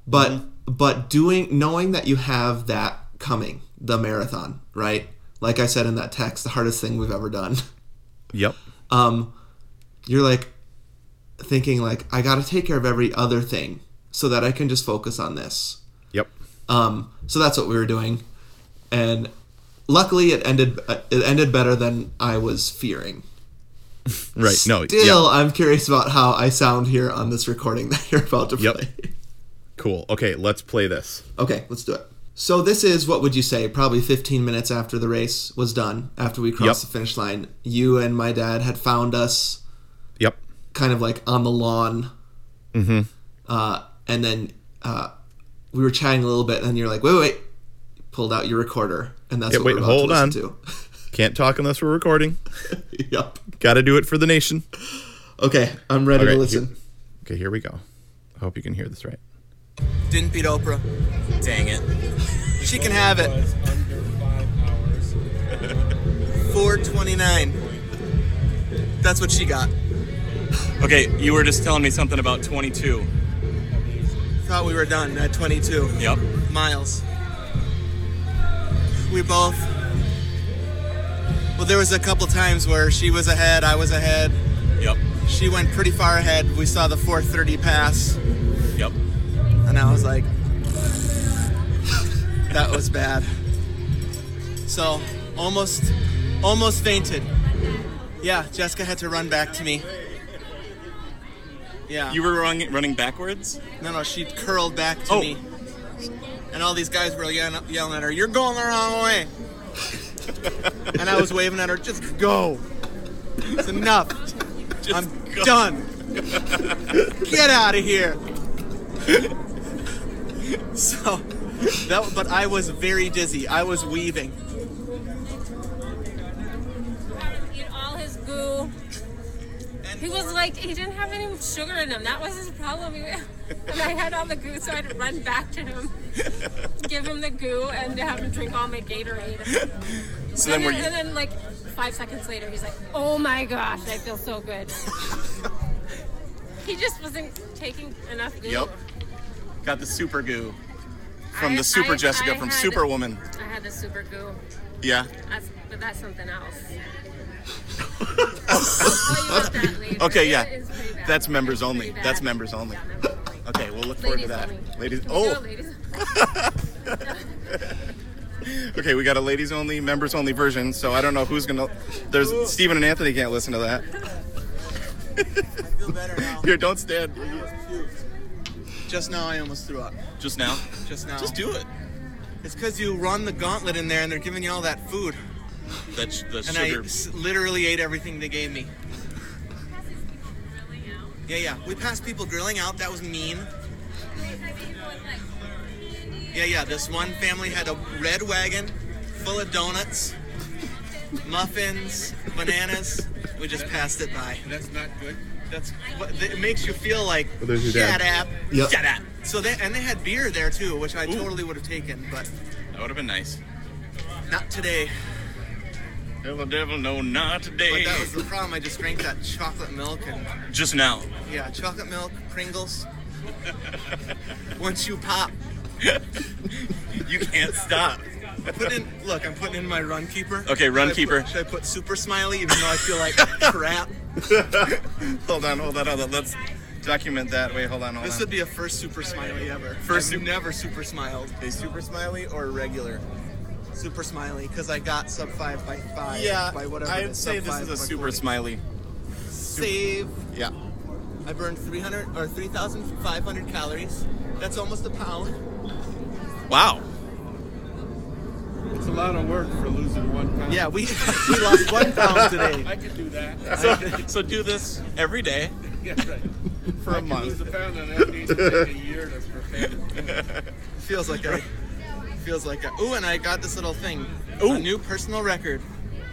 Speaker 1: but
Speaker 3: Mm-hmm.
Speaker 1: but doing knowing that you have that coming, the marathon, right? Like I said in that text, the hardest thing we've ever done.
Speaker 3: yep.
Speaker 1: Um, you're like thinking like I got to take care of every other thing so that I can just focus on this.
Speaker 3: Yep.
Speaker 1: Um, so that's what we were doing, and luckily it ended it ended better than I was fearing.
Speaker 3: Right. No,
Speaker 1: Still,
Speaker 3: Oh, yeah.
Speaker 1: I'm curious about how I sound here on this recording that you're about to
Speaker 3: Yep.
Speaker 1: play.
Speaker 3: Cool. Okay, let's play this.
Speaker 1: Okay, let's do it. So this is what would you say? Probably 15 minutes after the race was done, after we crossed
Speaker 3: Yep.
Speaker 1: the finish line, you and my dad had found us
Speaker 3: Yep.
Speaker 1: kind of like on the lawn. Mm-hmm. Uh, and then uh, we were chatting a little bit, and you're like, "Wait, wait, wait," pulled out your recorder, and that's
Speaker 3: Yeah,
Speaker 1: what
Speaker 3: wait,
Speaker 1: we're about
Speaker 3: hold
Speaker 1: to
Speaker 3: on.
Speaker 1: listen
Speaker 3: Can't talk unless we're recording.
Speaker 1: to. yep.
Speaker 3: Got to do it for the nation.
Speaker 1: Okay, I'm ready
Speaker 3: Okay,
Speaker 1: to
Speaker 3: here-
Speaker 1: listen.
Speaker 3: Okay, here we go. I hope you can hear this right.
Speaker 4: Didn't beat Oprah. Dang it. She can have it. 429. That's what she got.
Speaker 5: Okay, you were just telling me something about 22.
Speaker 4: Thought we were done at 22
Speaker 5: Yep.
Speaker 4: miles. We both. Well, there was a couple times where she was ahead, I was ahead.
Speaker 5: Yep.
Speaker 4: She went pretty far ahead. We saw the 430 pass,
Speaker 5: Yep.
Speaker 4: and I was like, that was bad. So, almost Almost fainted. Yeah, Jessica had to run back to me. Yeah.
Speaker 5: You were running, running backwards?
Speaker 4: No, no, she curled back to
Speaker 5: Oh.
Speaker 4: me. And all these guys were yelling, yelling at her, You're going the wrong way. and I was waving at her, Just go. It's enough. I'm
Speaker 5: go."
Speaker 4: done. Get out of here. so, that, but I was very dizzy. I was weaving.
Speaker 6: eat all his goo. He was like, he didn't have any sugar in him. That was his problem. He- and I had all the goo, so I had to run back to him, give him the goo, and have him drink all my Gatorade.
Speaker 5: So then
Speaker 6: And
Speaker 5: were
Speaker 6: then,
Speaker 5: you,
Speaker 6: and then, like, five seconds later, he's like, oh my gosh, I feel so good. he just wasn't taking enough goo.
Speaker 3: Yep. Got the super goo from
Speaker 6: I-
Speaker 3: the super
Speaker 6: I-
Speaker 3: Jessica
Speaker 6: I
Speaker 3: from
Speaker 6: had-
Speaker 3: Superwoman.
Speaker 6: I had the super goo.
Speaker 3: Yeah.
Speaker 6: That's, but that's something else. Well, you want that later.
Speaker 3: Okay, yeah.
Speaker 6: It is pretty bad.
Speaker 3: That's members
Speaker 6: It's pretty
Speaker 3: only.
Speaker 6: bad.
Speaker 3: That's members only.
Speaker 6: Yeah, members only.
Speaker 3: Okay, we'll look forward
Speaker 6: Ladies
Speaker 3: to that. Ladies.
Speaker 6: only. Can we do
Speaker 3: Oh,
Speaker 6: a ladies-
Speaker 3: oh, okay. We got a ladies only, members only version. So I don't know who's gonna. There's Stephen and Anthony can't listen to that.
Speaker 4: Feel better now.
Speaker 3: Here, don't stand.
Speaker 4: Just now, I almost threw up.
Speaker 5: just now?
Speaker 4: Just now.
Speaker 5: Just do it.
Speaker 4: It's because you run the gauntlet in there and they're giving you all that food.
Speaker 5: That sh- the
Speaker 4: And I
Speaker 5: sugar.
Speaker 4: s- literally ate everything they gave me. Yeah, yeah. We passed people grilling out. That was mean. Yeah, yeah. This one family had a red wagon full of donuts, muffins, bananas. We just passed it by. That's not good. That's what it makes you feel like.
Speaker 3: Well, there's your
Speaker 4: Shut
Speaker 3: dad."
Speaker 4: up.
Speaker 1: Yep.
Speaker 4: Shut up. So they and they had beer there too, which I totally would have taken, but
Speaker 5: that would have been nice.
Speaker 4: not today.
Speaker 5: Devil, devil, no, not today.
Speaker 4: But that was the problem. I just drank that chocolate milk and
Speaker 5: just now.
Speaker 4: yeah, chocolate milk, Pringles. Once you pop,
Speaker 5: You can't stop.
Speaker 4: put in. Look, I'm putting in my run keeper.
Speaker 5: Okay, run
Speaker 4: Should I put-
Speaker 5: keeper.
Speaker 4: should I put super smiley, even though I feel like crap?
Speaker 3: Hold on, hold on, hold on. Let's document that. Wait, hold on, hold
Speaker 4: This
Speaker 3: on.
Speaker 4: would be a first super smiley ever.
Speaker 3: First
Speaker 4: First, I've never super smiled.
Speaker 3: a super smiley or a regular?
Speaker 4: Super smiley, because I got sub five by five.
Speaker 3: Yeah,
Speaker 4: by whatever.
Speaker 3: I'd
Speaker 4: the
Speaker 3: say
Speaker 4: sub
Speaker 3: this
Speaker 4: five
Speaker 3: is a
Speaker 4: by
Speaker 3: super
Speaker 4: 40.
Speaker 3: smiley.
Speaker 4: Save.
Speaker 3: Yeah.
Speaker 4: I burned 300 or 3,500 calories. That's almost a pound.
Speaker 5: Wow.
Speaker 7: It's a lot of work for losing one pound.
Speaker 4: Yeah, we we lost one pound today.
Speaker 7: I could do that.
Speaker 5: So, so do this every day.
Speaker 7: Yeah, right.
Speaker 3: For a
Speaker 7: I lose
Speaker 3: month.
Speaker 7: a pound and that needs to take a year to prepare.
Speaker 4: Feels like I. Feels like I. Ooh, and I got this little thing.
Speaker 5: Ooh.
Speaker 4: A new personal record.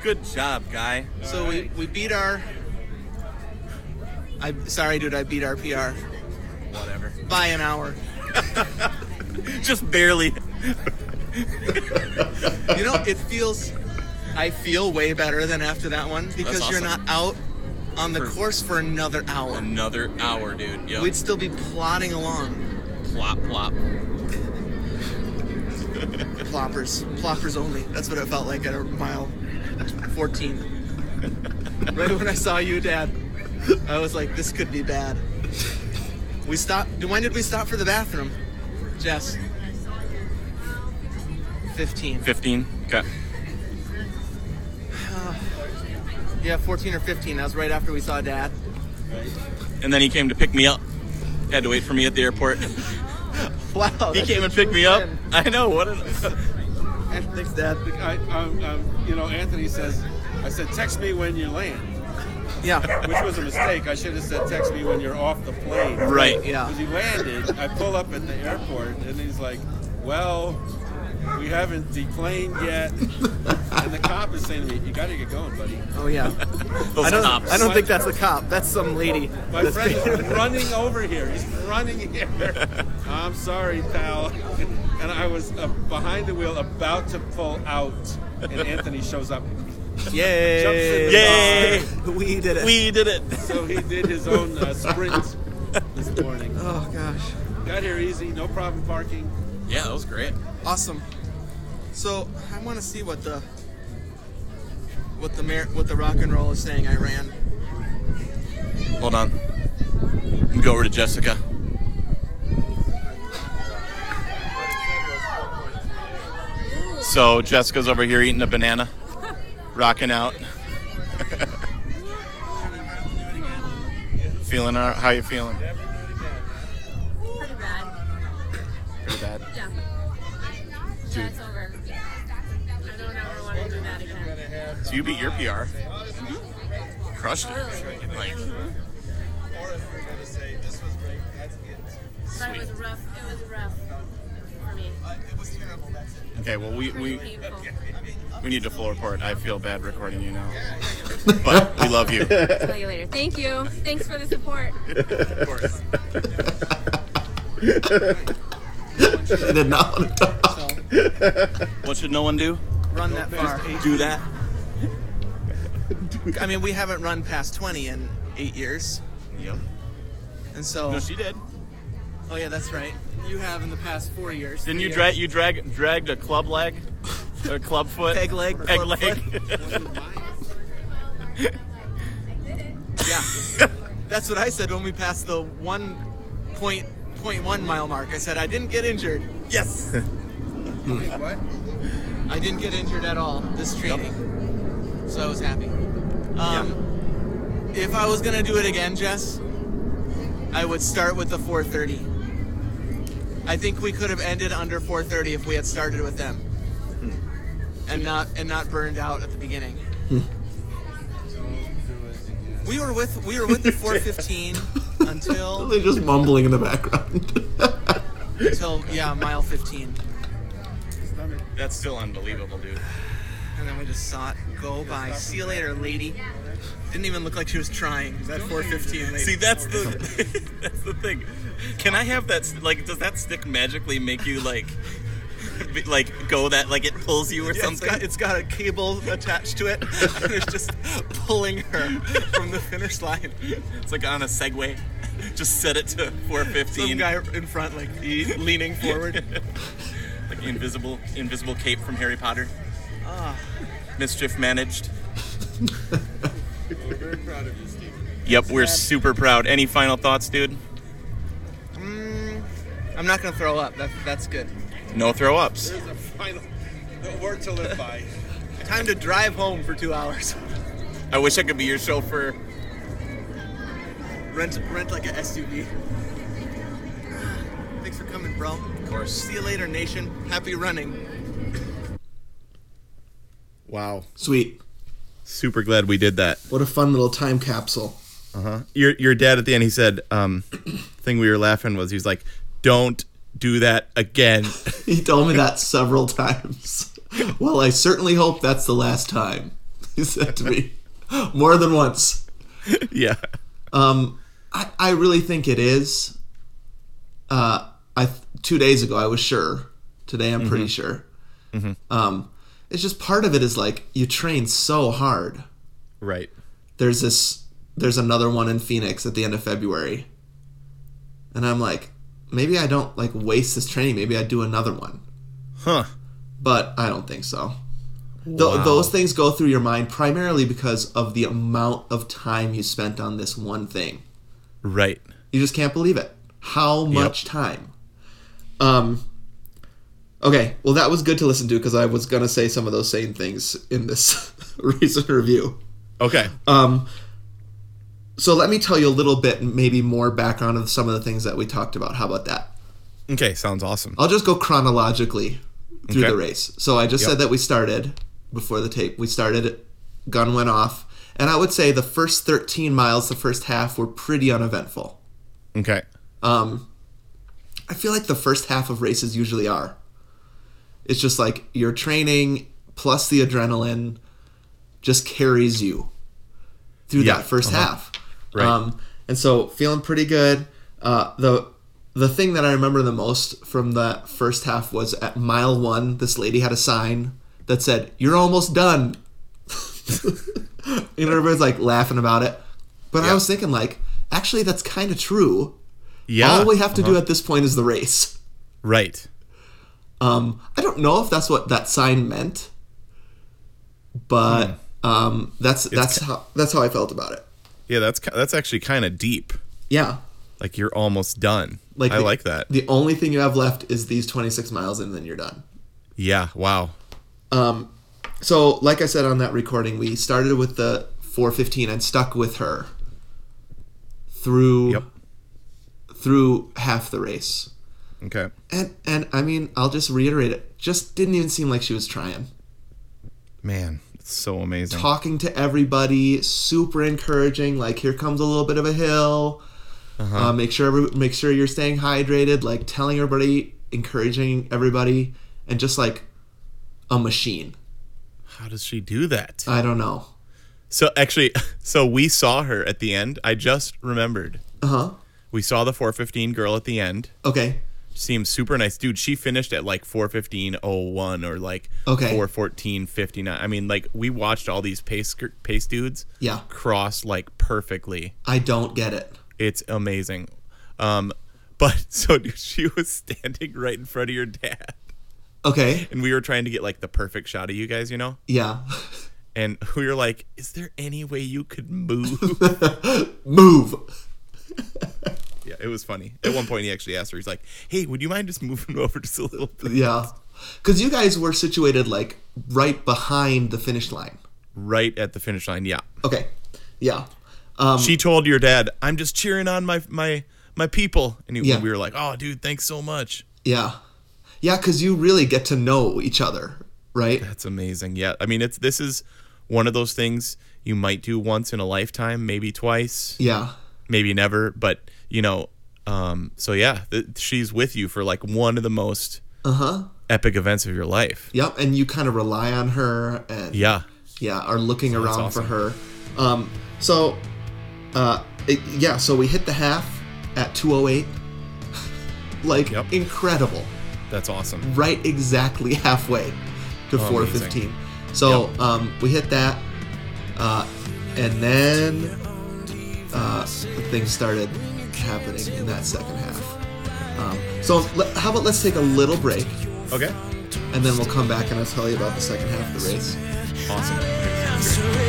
Speaker 5: Good job, guy.
Speaker 4: So we, we beat our. I sorry, dude. I beat our PR
Speaker 5: Whatever.
Speaker 4: by an hour.
Speaker 5: Just barely.
Speaker 4: You know, it feels. I feel way better than after that one because you're not
Speaker 5: awesome.
Speaker 4: out on the
Speaker 5: For-
Speaker 4: course for another hour.
Speaker 5: Another hour, dude. Yep.
Speaker 4: We'd still be plodding along.
Speaker 5: plop, plop.
Speaker 4: Ploppers, ploppers only. That's what it felt like at a mile 14. right when I saw you, Dad, I was like, this could be bad. We stopped. When did we stop for the bathroom? Jess. 15.
Speaker 5: 15. Okay.
Speaker 4: Yeah, 14 or 15. That was right after we saw Dad.
Speaker 5: And then he came to pick me up. Had to wait for me at the airport.
Speaker 4: Wow.
Speaker 5: He
Speaker 4: that's
Speaker 5: came
Speaker 4: a
Speaker 5: and picked
Speaker 4: true
Speaker 5: me up.
Speaker 4: friend.
Speaker 5: I know. What? An,
Speaker 4: Thanks, Dad.
Speaker 7: I, um, um, you know, Anthony says, I said, text me when you land,
Speaker 4: Yeah.
Speaker 7: which was a mistake. I should have said, text me when you're off the plane.
Speaker 5: right.
Speaker 4: Yeah.
Speaker 7: Because he landed, I pull up at the airport, and he's like, "Well, we haven't deplaned yet." and the cop is saying to me, "You gotta get going, buddy."
Speaker 4: Oh, yeah.
Speaker 5: Those
Speaker 4: I don't,
Speaker 5: cops.
Speaker 4: I don't think that's a cop. That's some lady.
Speaker 7: My
Speaker 4: that's
Speaker 7: friend is running over here. He's running here. I'm sorry, pal. And I was uh, behind the wheel, about to pull out, and Anthony shows up. Jumps in the
Speaker 4: Yay.
Speaker 5: Yay!
Speaker 4: We did it.
Speaker 5: We did it.
Speaker 7: So he did his own uh, sprint this morning.
Speaker 4: oh, gosh.
Speaker 7: Got here easy, no problem parking.
Speaker 5: Yeah, that was great.
Speaker 4: Awesome. So I want to see what the what the mer- what the rock and roll is saying. I ran.
Speaker 5: Hold on. Let me Go over to Jessica. So Jessica's over here eating a banana. rocking out. feeling all- how you feeling?
Speaker 6: Pretty bad.
Speaker 5: Pretty bad.
Speaker 6: Yeah. Yeah, it's over. I don't ever want to do that again.
Speaker 5: So you beat your PR. Crushed it. Like
Speaker 6: But it was rough. It was rough for me.
Speaker 5: okay, well we we,
Speaker 6: Painful.
Speaker 5: we need to full report. I feel bad recording you now. But we love you.
Speaker 6: Tell you later. Thank you. Thanks for the support.
Speaker 1: I did not want to talk.
Speaker 5: What should no one do?
Speaker 4: Run that far.
Speaker 5: Do that.
Speaker 4: I mean, we haven't run past 20 in eight years.
Speaker 5: Yep.
Speaker 4: And so.
Speaker 5: No, she did.
Speaker 4: Oh, yeah, that's right. You have in the past four years.
Speaker 5: Didn't you
Speaker 4: Yeah.
Speaker 5: drag you drag dragged a club leg? Or club foot?
Speaker 4: Peg leg,
Speaker 5: Peg
Speaker 4: club
Speaker 5: leg.
Speaker 4: Yeah. that's what I said when we passed the one point point one mile mark. I said I didn't get injured.
Speaker 5: yes.
Speaker 4: I didn't get injured at all this training. So I was happy. Um, If I was going to do it again, Jess, I would start with the 430. I think we could have ended under 430 if we had started with them.
Speaker 5: Hmm.
Speaker 4: And not and not burned out at the beginning. We were with we were with the 415 until
Speaker 1: They're just mumbling in the background.
Speaker 4: until yeah mile 15,
Speaker 5: That's still unbelievable, dude.
Speaker 4: and then we just saw it go by. See you later, lady. Didn't even look like she was trying. That 415 lady.
Speaker 5: See, that's the that's the thing. Can I have that? st- Like, does that stick magically make you like, be- like go that like it pulls you or
Speaker 4: Yeah, it's
Speaker 5: something?
Speaker 4: got, it's got a cable attached to it, and it's just pulling her from the finish line.
Speaker 5: It's like on a Segway. Just set it to
Speaker 4: Some
Speaker 5: 415.
Speaker 4: guy in front, like he, leaning forward.
Speaker 5: Like invisible invisible cape from Harry Potter.
Speaker 4: Ah.
Speaker 5: Mischief managed. Yep, we're super proud. Any final thoughts, dude?
Speaker 4: I'm not gonna throw up. That, that's good.
Speaker 5: No throw ups.
Speaker 7: There's a final a word to live by.
Speaker 4: Time to drive home for two hours.
Speaker 5: I wish I could be your chauffeur.
Speaker 4: Rent rent like a SUV. Thanks for coming, bro. Of course. See you later, nation. Happy running.
Speaker 3: Wow.
Speaker 1: Sweet.
Speaker 3: Super glad we did that.
Speaker 1: What a fun little time capsule.
Speaker 3: Your your dad at the end he said um thing we were laughing was he's like, Don't do that again.
Speaker 1: He told me that several times. Well, I certainly hope that's the last time. He said to me more than once.
Speaker 3: yeah.
Speaker 1: Um, I, I really think it is. Uh, I th- two days ago I was sure. Today I'm pretty sure. Um, it's just part of it is like you train so hard.
Speaker 3: Right.
Speaker 1: There's this. There's another one in Phoenix at the end of February, and I'm like, maybe I don't like waste this training. Maybe I do another one,
Speaker 3: Huh.
Speaker 1: but I don't think so. Th- Those things go through your mind primarily because of the amount of time you spent on this one thing.
Speaker 3: Right.
Speaker 1: You just can't believe it. How much time? Um. Okay, well that was good to listen to because I was gonna say some of those same things in this recent review.
Speaker 3: Okay.
Speaker 5: Uh,
Speaker 1: Um. So let me tell you a little bit, maybe more background of some of the things that we talked about. How about that?
Speaker 3: okay, sounds awesome.
Speaker 1: I'll just go chronologically through
Speaker 3: Okay.
Speaker 1: the race. So I just
Speaker 3: Yep.
Speaker 1: said that we started before the tape. We started, gun went off, and I would say the first 13 miles, the first half, were pretty uneventful.
Speaker 3: Okay.
Speaker 1: Um, I feel like the first half of races usually are. It's just like your training plus the adrenaline just carries you through
Speaker 3: Yeah,
Speaker 1: that 1st
Speaker 3: uh-huh.
Speaker 1: half.
Speaker 3: Right.
Speaker 1: Um, and so feeling pretty good. Uh, the the thing that I remember the most from that first half was at mile one, this lady had a sign that said, "You're almost done." and everybody's like laughing about it, but I
Speaker 3: Yeah.
Speaker 1: was thinking like, actually, that's kind of true.
Speaker 3: Yeah.
Speaker 1: All we have to do
Speaker 3: Uh-huh.
Speaker 1: at this point is the race.
Speaker 3: Right.
Speaker 1: Um, I don't know if that's what that sign meant, but
Speaker 3: Hmm.
Speaker 1: um, that's that's how that's how I felt about it.
Speaker 3: Yeah, that's ki- that's actually kind of deep.
Speaker 1: Yeah,
Speaker 3: Like you're almost done.
Speaker 1: like
Speaker 3: Like I
Speaker 1: the-
Speaker 3: like that.
Speaker 1: The only thing you have left is these twenty six miles, and then you're done.
Speaker 3: yeah. Wow.
Speaker 1: So, like I said on that recording, we started with the 415 and stuck with her through
Speaker 3: Yep.
Speaker 1: through half the race.
Speaker 3: Okay.
Speaker 1: And and I mean, I'll just reiterate it. Just didn't even seem like she was trying.
Speaker 3: Man, it's so amazing.
Speaker 1: Talking to everybody, super encouraging. Like, here comes a little bit of a hill. Uh, make sure every, make sure you're staying hydrated. Like, telling everybody, encouraging everybody, and just like a machine.
Speaker 3: How does she do that?
Speaker 1: I don't know.
Speaker 3: So actually, so we saw her at the end. I just remembered.
Speaker 1: Uh huh.
Speaker 3: We saw the 415 girl at the end.
Speaker 1: Okay.
Speaker 3: Seems super nice, dude. She finished at like 4:15:01 or like
Speaker 1: Okay.
Speaker 3: 4:14:59. I mean, like we watched all these pace pace dudes
Speaker 1: Yeah.
Speaker 3: cross like perfectly.
Speaker 1: I don't get it.
Speaker 3: It's amazing. Um, but so dude, she was standing right in front of your dad,
Speaker 1: Okay.
Speaker 3: and we were trying to get like the perfect shot of you guys, you know.
Speaker 1: Yeah.
Speaker 3: And we were like, "Is there any way you could move?"
Speaker 1: Move.
Speaker 3: Yeah, it was funny. At one point, he actually asked her, he's like, hey, would you mind just moving over just a little bit?
Speaker 1: Yeah. Because you guys were situated like right behind the finish line.
Speaker 3: Right at the finish line, yeah.
Speaker 1: Okay. Yeah. Um,
Speaker 3: She told your dad, I'm just cheering on my my my people. And he,
Speaker 1: Yeah.
Speaker 3: we were like, oh, dude, thanks so much.
Speaker 1: yeah. Yeah, because you really get to know each other, right?
Speaker 3: That's amazing. Yeah, I mean, it's this is one of those things you might do once in a lifetime, maybe twice,
Speaker 1: Yeah.
Speaker 3: maybe never, but, you know, um, so yeah, th- she's with you for like one of the most
Speaker 1: Uh huh.
Speaker 3: epic events of your life.
Speaker 1: Yep. And you kind of rely on her and
Speaker 3: Yeah.
Speaker 1: yeah are looking around
Speaker 3: awesome.
Speaker 1: for her. Um, so, uh, it, yeah. So we hit the half at 208. like
Speaker 3: Yep.
Speaker 1: incredible.
Speaker 3: That's awesome.
Speaker 1: right exactly halfway to 415. So um, we hit that, uh, and then uh, things started happening in that second half. Um, so le- how about let's take a little break,
Speaker 3: Okay.
Speaker 1: and then we'll come back and I'll tell you about the second half of the race.
Speaker 3: Awesome.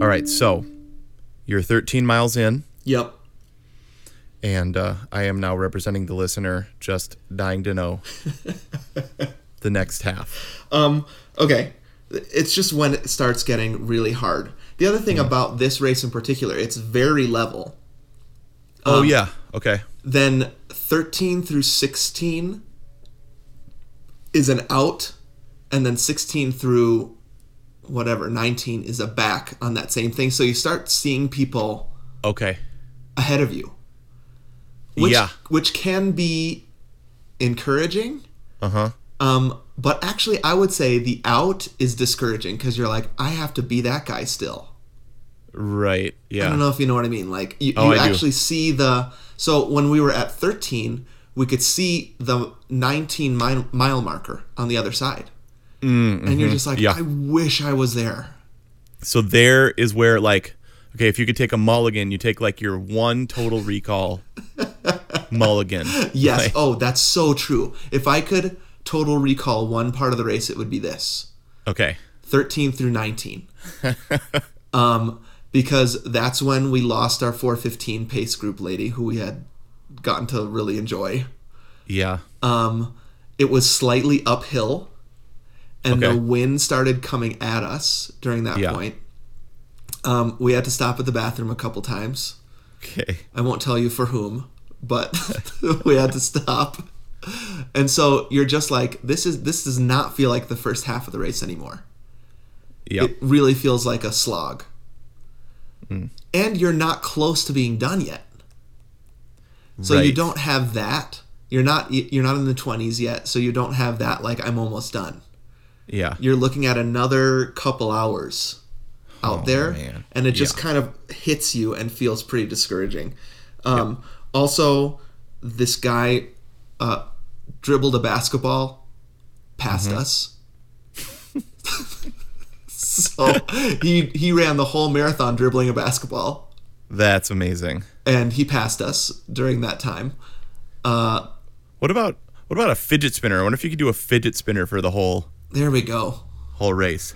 Speaker 3: All right, so you're 13 miles in,
Speaker 1: Yep.
Speaker 3: and uh, I am now representing the listener, just dying to know the next half.
Speaker 1: Um, okay. It's just when it starts getting really hard. The other thing about this race in particular, it's very level. Um,
Speaker 3: oh yeah, okay,
Speaker 1: then 13 through 16 is an out and then 16 through whatever 19 is a back on that same thing so you start seeing people
Speaker 3: okay,
Speaker 1: ahead of you which
Speaker 3: Yeah.
Speaker 1: which can be encouraging
Speaker 3: uh huh,
Speaker 1: um but actually i would say the out is discouraging cuz you're like i have to be that guy still
Speaker 3: right, yeah,
Speaker 1: I don't know if you know what I mean. Like you,
Speaker 3: Oh,
Speaker 1: you
Speaker 3: I do.
Speaker 1: actually see the. So when we were at 13, we could see the 19 mile, mile marker on the other side, and you're just like,
Speaker 3: Mm, mm-hmm. Yeah.
Speaker 1: I wish I was there.
Speaker 3: So there is where like, okay, if you could take a mulligan, you take like your one total recall mulligan.
Speaker 1: Yes.
Speaker 3: Like,
Speaker 1: Oh, that's so true. If I could total recall one part of the race, it would be this
Speaker 3: okay.
Speaker 1: 13 through 19, um, because that's when we lost our 415 pace group lady who we had gotten to really enjoy.
Speaker 3: Yeah.
Speaker 1: Um, it was slightly uphill, and
Speaker 3: Okay.
Speaker 1: the wind started coming at us during that
Speaker 3: Yeah.
Speaker 1: point. Um, we had to stop at the bathroom a couple times.
Speaker 3: Okay.
Speaker 1: I won't tell you for whom, but we had to stop. And so you're just like, this is this does not feel like the first half of the race anymore.
Speaker 3: Yep. Mm.
Speaker 1: It really feels like a slog. And you're not close to being done yet. So you
Speaker 3: Right.
Speaker 1: don't have that. You're not you're not in the 20s yet, so you don't have that like I'm almost done.
Speaker 3: Yeah.
Speaker 1: You're looking at another couple hours out there,
Speaker 3: man.
Speaker 1: and it just kind of hits you and feels pretty discouraging. Um, Also, this guy uh, dribbled a basketball past us. so he he ran the whole marathon dribbling a basketball,
Speaker 3: That's amazing.
Speaker 1: and he passed us during that time.
Speaker 3: What about what about a fidget spinner? I wonder if you could do a fidget spinner for the whole
Speaker 1: There we go.
Speaker 3: whole race.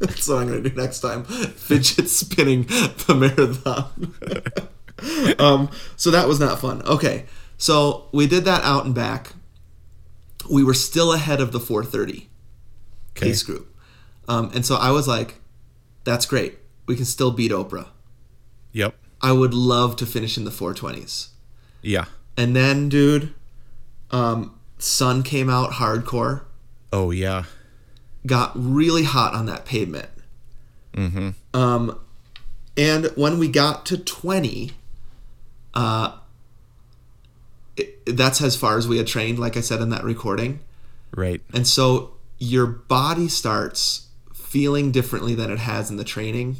Speaker 1: That's what I'm going to do next time. Fidget spinning the marathon. um, so that was not fun. Okay. So we did that out and back. We were still ahead of the 430
Speaker 3: Okay.
Speaker 1: pace group. Um, and so I was like, that's great. We can still beat Oprah.
Speaker 3: Yep.
Speaker 1: I would love to finish in the 420s.
Speaker 3: Yeah.
Speaker 1: And then, dude, um, sun came out hardcore,
Speaker 3: Oh yeah.
Speaker 1: got really hot on that pavement. Mm-hmm. Um, and when we got to 20, uh, it, that's as far as we had trained, like I said in that recording.
Speaker 3: Right.
Speaker 1: And so your body starts feeling differently than it has in the training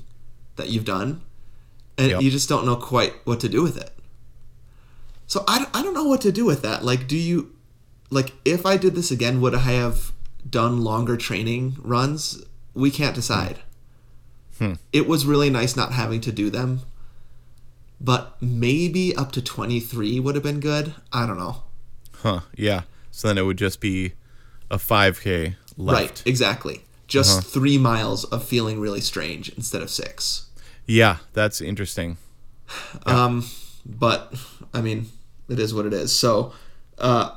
Speaker 1: that you've done. And
Speaker 3: Yep.
Speaker 1: you just don't know quite what to do with it. So I, don't- I don't know what to do with that. Like, do you, like, if I did this again, would I have done longer training runs? We can't decide. It was really nice not having to do them. But maybe up to 23 would have been good. I don't know.
Speaker 3: Huh. Yeah. So then it would just be a 5K left.
Speaker 1: Right, exactly. Just three miles of feeling really strange instead of six.
Speaker 3: Yeah. That's interesting.
Speaker 1: But I mean, it is what it is. So uh,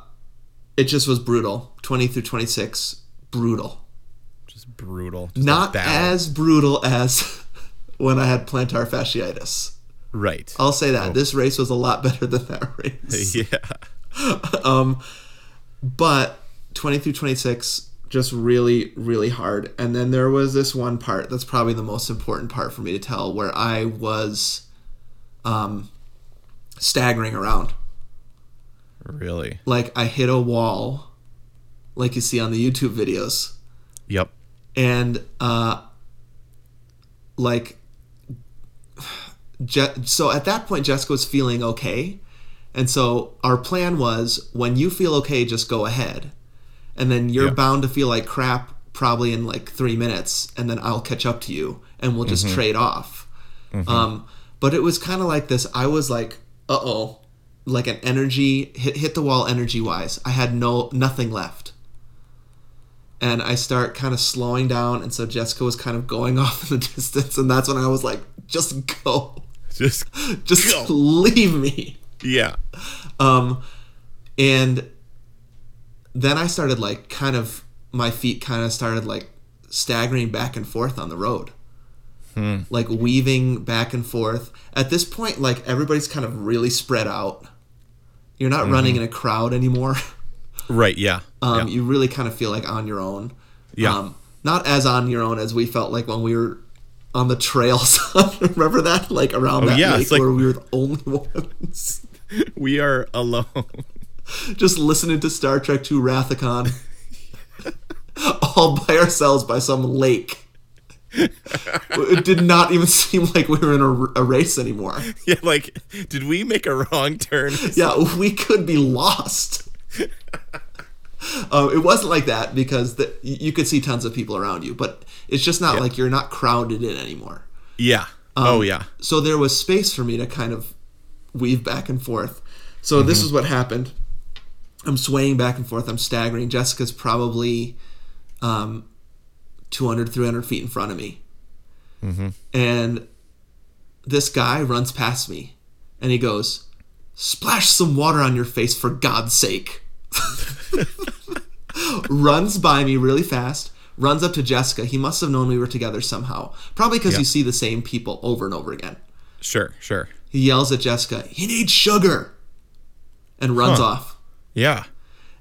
Speaker 1: it just was brutal. Twenty through twenty six, brutal.
Speaker 3: Just brutal. Just a
Speaker 1: Not
Speaker 3: battle.
Speaker 1: as brutal as when I had plantar fasciitis.
Speaker 3: right.
Speaker 1: I'll say that this race was a lot better than that race.
Speaker 3: yeah.
Speaker 1: but 20 through 26 just really really hard and then there was this one part that's probably the most important part for me to tell where i was um staggering around
Speaker 3: Really.
Speaker 1: like i hit a wall like you see on the youtube videos
Speaker 3: Yep.
Speaker 1: and uh like Je- so at that point jessica was feeling okay and so our plan was when you feel okay just go ahead and then you're
Speaker 3: Yeah.
Speaker 1: bound to feel like crap probably in like three minutes and then i'll catch up to you and we'll just trade off um, but it was kind of like this i was like uh-oh like an energy hit, hit the wall energy wise i had no nothing left and I start kind of slowing down. And so Jessica was kind of going off in the distance. And that's when I was like, just go.
Speaker 3: Just.
Speaker 1: Just leave me.
Speaker 3: Yeah.
Speaker 1: Um, and then I started like kind of, my feet kind of started like staggering back and forth on the road. Like weaving back and forth. At this point, like everybody's kind of really spread out. You're not running in a crowd anymore.
Speaker 3: Right. Yeah.
Speaker 1: Um,
Speaker 3: yeah.
Speaker 1: You really kind of feel like on your own.
Speaker 3: Yeah.
Speaker 1: Um, not as on your own as we felt like when we were on the trails. Remember that? Like around
Speaker 3: Oh,
Speaker 1: that
Speaker 3: yeah,
Speaker 1: lake
Speaker 3: it's like-
Speaker 1: where we were the only ones.
Speaker 3: We are alone.
Speaker 1: Just listening to Star Trek II Rathacon. All by ourselves by some lake. it did not even seem like we were in a, a race anymore.
Speaker 3: yeah. Like, did we make a wrong turn?
Speaker 1: yeah, we could be lost. um, it wasn't like that because the, y- you could see tons of people around you, but it's just not like you're not crowded in anymore.
Speaker 3: Yeah. oh yeah.
Speaker 1: Um, So there was space for me to kind of weave back and forth. So this
Speaker 3: Mm-hmm.
Speaker 1: is what happened. I'm swaying back and forth. I'm staggering. Jessica's probably um, 200, 300 feet in front of me.
Speaker 3: Mm-hmm.
Speaker 1: And this guy runs past me and he goes, Splash some water on your face for God's sake. runs by me really fast, runs up to Jessica. He must have known we were together somehow. Probably because you see the same people over and over again.
Speaker 3: Sure. Sure.
Speaker 1: He yells at Jessica, he needs sugar, and runs off.
Speaker 3: Yeah.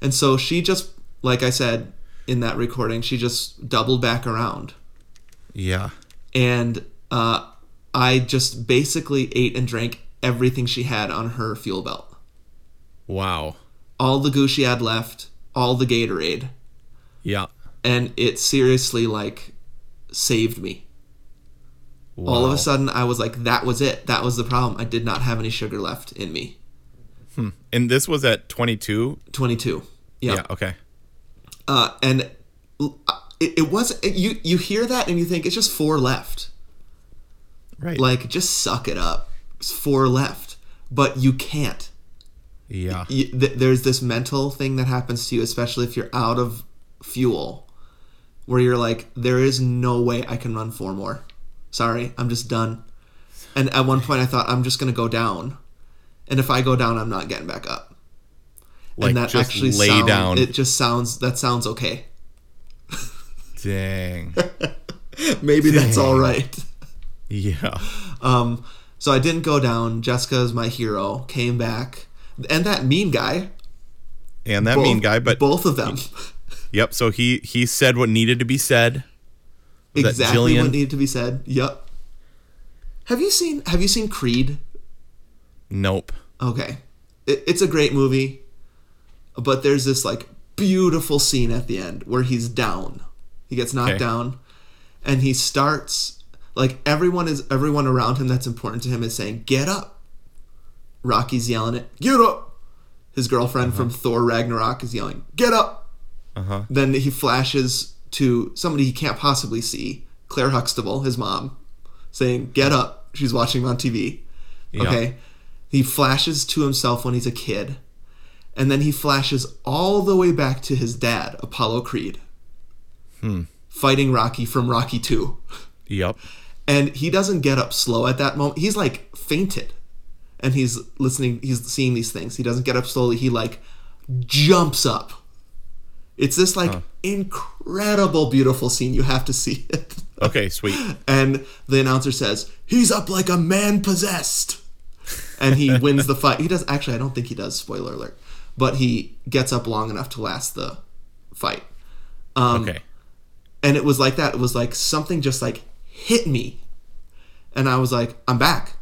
Speaker 1: And so she just, like I said in that recording, she just doubled back around.
Speaker 3: Yeah.
Speaker 1: And uh, I just basically ate and drank everything she had on her fuel belt
Speaker 3: Wow.
Speaker 1: all the goo she had left, all the Gatorade.
Speaker 3: Yeah.
Speaker 1: And it seriously, like, saved me. All of
Speaker 3: Wow.
Speaker 1: a sudden, I was like, that was it. That was the problem. I did not have any sugar left in me.
Speaker 3: And this was at 22.
Speaker 1: 22. Yeah.
Speaker 3: Yeah. Okay.
Speaker 1: Uh, and l- uh, it, it was, it- you, you hear that and you think it's just four left.
Speaker 3: Right.
Speaker 1: Like, just suck it up. It's four left. But you can't.
Speaker 3: Yeah.
Speaker 1: you, th- there's this mental thing that happens to you, especially if you're out of fuel, where you're like, there is no way I can run four more. Sorry, I'm just done. And at one point, I thought, I'm just going to go down. And if I go down, I'm not getting back up.
Speaker 3: Like
Speaker 1: and that
Speaker 3: just
Speaker 1: actually
Speaker 3: lay
Speaker 1: sound-
Speaker 3: down.
Speaker 1: It just sounds, that sounds okay.
Speaker 3: Dang.
Speaker 1: Maybe that's all right.
Speaker 3: yeah.
Speaker 1: Um, so I didn't go down. Jessica's my hero. Came back. And that mean guy.
Speaker 3: And that
Speaker 1: both-
Speaker 3: mean guy, but
Speaker 1: both of them.
Speaker 3: yep. So he he said what needed to be said. Was that
Speaker 1: exactly
Speaker 3: Jillian?
Speaker 1: what needed to be said. Yep. Have you seen Have you seen Creed?
Speaker 3: Nope.
Speaker 1: Okay, it, it's a great movie, but there's this like beautiful scene at the end where he's down. He gets knocked
Speaker 3: Okay.
Speaker 1: down, and he starts like everyone is everyone around him that's important to him is saying get up. Rocky's yelling it, get up. His girlfriend from Thor Ragnarok is yelling, get up.
Speaker 3: Uh-huh.
Speaker 1: Then he flashes to somebody he can't possibly see, Claire Huxtable, his mom, saying, Get up. She's watching on TV.
Speaker 3: Yeah.
Speaker 1: Okay. He flashes to himself when he's a kid. And then he flashes all the way back to his dad, Apollo Creed.
Speaker 3: Hmm.
Speaker 1: Fighting Rocky from Rocky 2.
Speaker 3: Yep.
Speaker 1: And he doesn't get up slow at that moment. He's like fainted. And he's listening, he's seeing these things. He doesn't get up slowly. He like jumps up. It's this like incredible, beautiful scene. You have to see it.
Speaker 3: Okay. Sweet.
Speaker 1: And the announcer says, He's up like a man possessed. And he wins the fight. He does, actually, I don't think he does, spoiler alert. But he gets up long enough to last the fight. Um,
Speaker 3: Okay.
Speaker 1: and it was like that. It was like something just like hit me, and I was like, "I'm back,"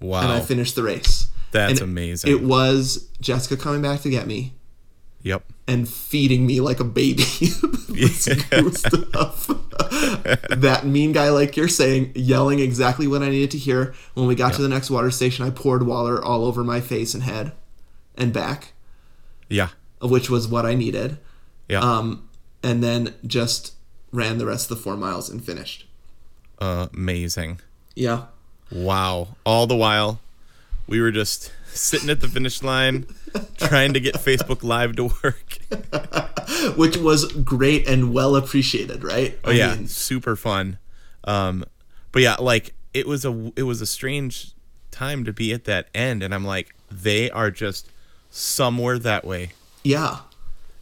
Speaker 3: Wow.
Speaker 1: and I finished the race.
Speaker 3: That's
Speaker 1: And it-
Speaker 3: amazing.
Speaker 1: It was Jessica coming back to get me
Speaker 3: yep.
Speaker 1: and feeding me like a baby. This new stuff. that mean guy, like you're saying, yelling exactly what I needed to hear. When we got to the next water station, I poured water all over my face and head and back,
Speaker 3: Yeah.
Speaker 1: which was what I needed.
Speaker 3: Yeah.
Speaker 1: Um, and then just ran the rest of the four miles and finished.
Speaker 3: amazing.
Speaker 1: Yeah.
Speaker 3: Wow. All the while, we were just sitting at the finish line trying to get Facebook Live to work.
Speaker 1: Which was great and well appreciated, right?
Speaker 3: Oh yeah, super fun. Um but yeah, like it was a it was a strange time to be at that end and I'm like they are just somewhere that way
Speaker 1: yeah.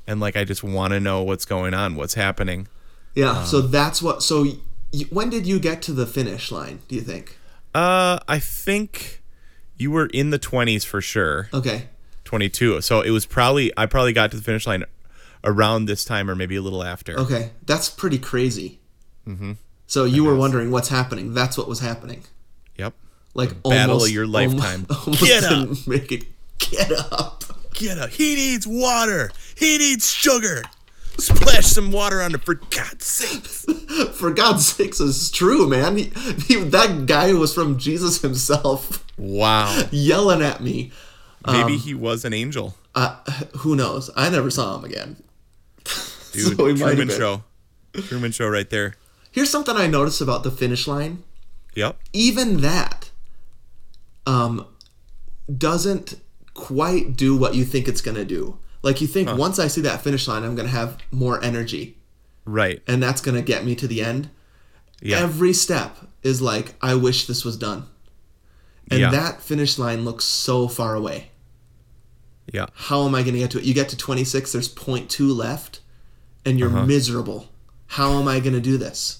Speaker 3: and like I just want to know what's going on, what's happening. Um,
Speaker 1: Yeah. so that's what. So y- y- when did you get to the finish line, do you think?
Speaker 3: Uh I think you were in the 20s for sure.
Speaker 1: Okay.
Speaker 3: 22. So it was probably I probably got to the finish line around this time or maybe a little after.
Speaker 1: Okay. That's pretty crazy. Mm-hmm. So you were wondering what's happening. That's what was happening.
Speaker 3: Yep.
Speaker 1: Like
Speaker 3: battle
Speaker 1: almost,
Speaker 3: of your
Speaker 1: almo-
Speaker 3: lifetime.
Speaker 1: Almost,
Speaker 3: Get up!
Speaker 1: didn't Make it. Get up.
Speaker 3: Get up. He needs water. He needs sugar. Splash some water on it for God's sakes.
Speaker 1: For God's sakes, it's true, man. He, he, that guy was from Jesus himself,
Speaker 3: Wow.
Speaker 1: yelling at me.
Speaker 3: Maybe he was an angel.
Speaker 1: Who knows? I never saw him again.
Speaker 3: Dude,
Speaker 1: so he might have
Speaker 3: Truman
Speaker 1: been.
Speaker 3: Show. Truman Show right there.
Speaker 1: Here's something I noticed about the finish line.
Speaker 3: Yep.
Speaker 1: Even that um, doesn't quite do what you think it's going to do. Like, you think once I see that finish line, I'm going to have more energy,
Speaker 3: Right.
Speaker 1: and that's going to get me to the end.
Speaker 3: Yeah.
Speaker 1: Every step is like, I wish this was done. And
Speaker 3: Yeah.
Speaker 1: that finish line looks so far away.
Speaker 3: yeah.
Speaker 1: How am I going to get to it? You get to 26, there's 0.2 left, and
Speaker 3: Uh-huh.
Speaker 1: you're miserable. How am I going to do this?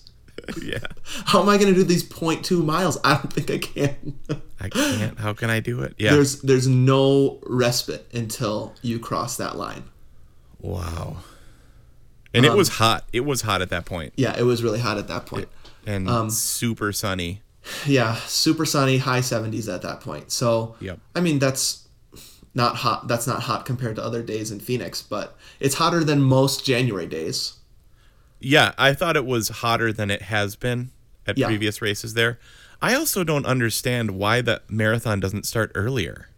Speaker 3: Yeah.
Speaker 1: How am I going to do these 0.2 miles? I don't think I can.
Speaker 3: I can't. How can I do it? Yeah.
Speaker 1: There's there's no respite until you cross that line.
Speaker 3: wow. And it was hot. It was hot at that point.
Speaker 1: Yeah, it was really hot at that point.
Speaker 3: And super sunny.
Speaker 1: Yeah, super sunny, high 70s at that point. So,
Speaker 3: Yep.
Speaker 1: I mean, that's not hot. That's not hot compared to other days in Phoenix, but it's hotter than most January days.
Speaker 3: Yeah, I thought it was hotter than it has been at
Speaker 1: Yeah.
Speaker 3: previous races there. I also don't understand why the marathon doesn't start earlier.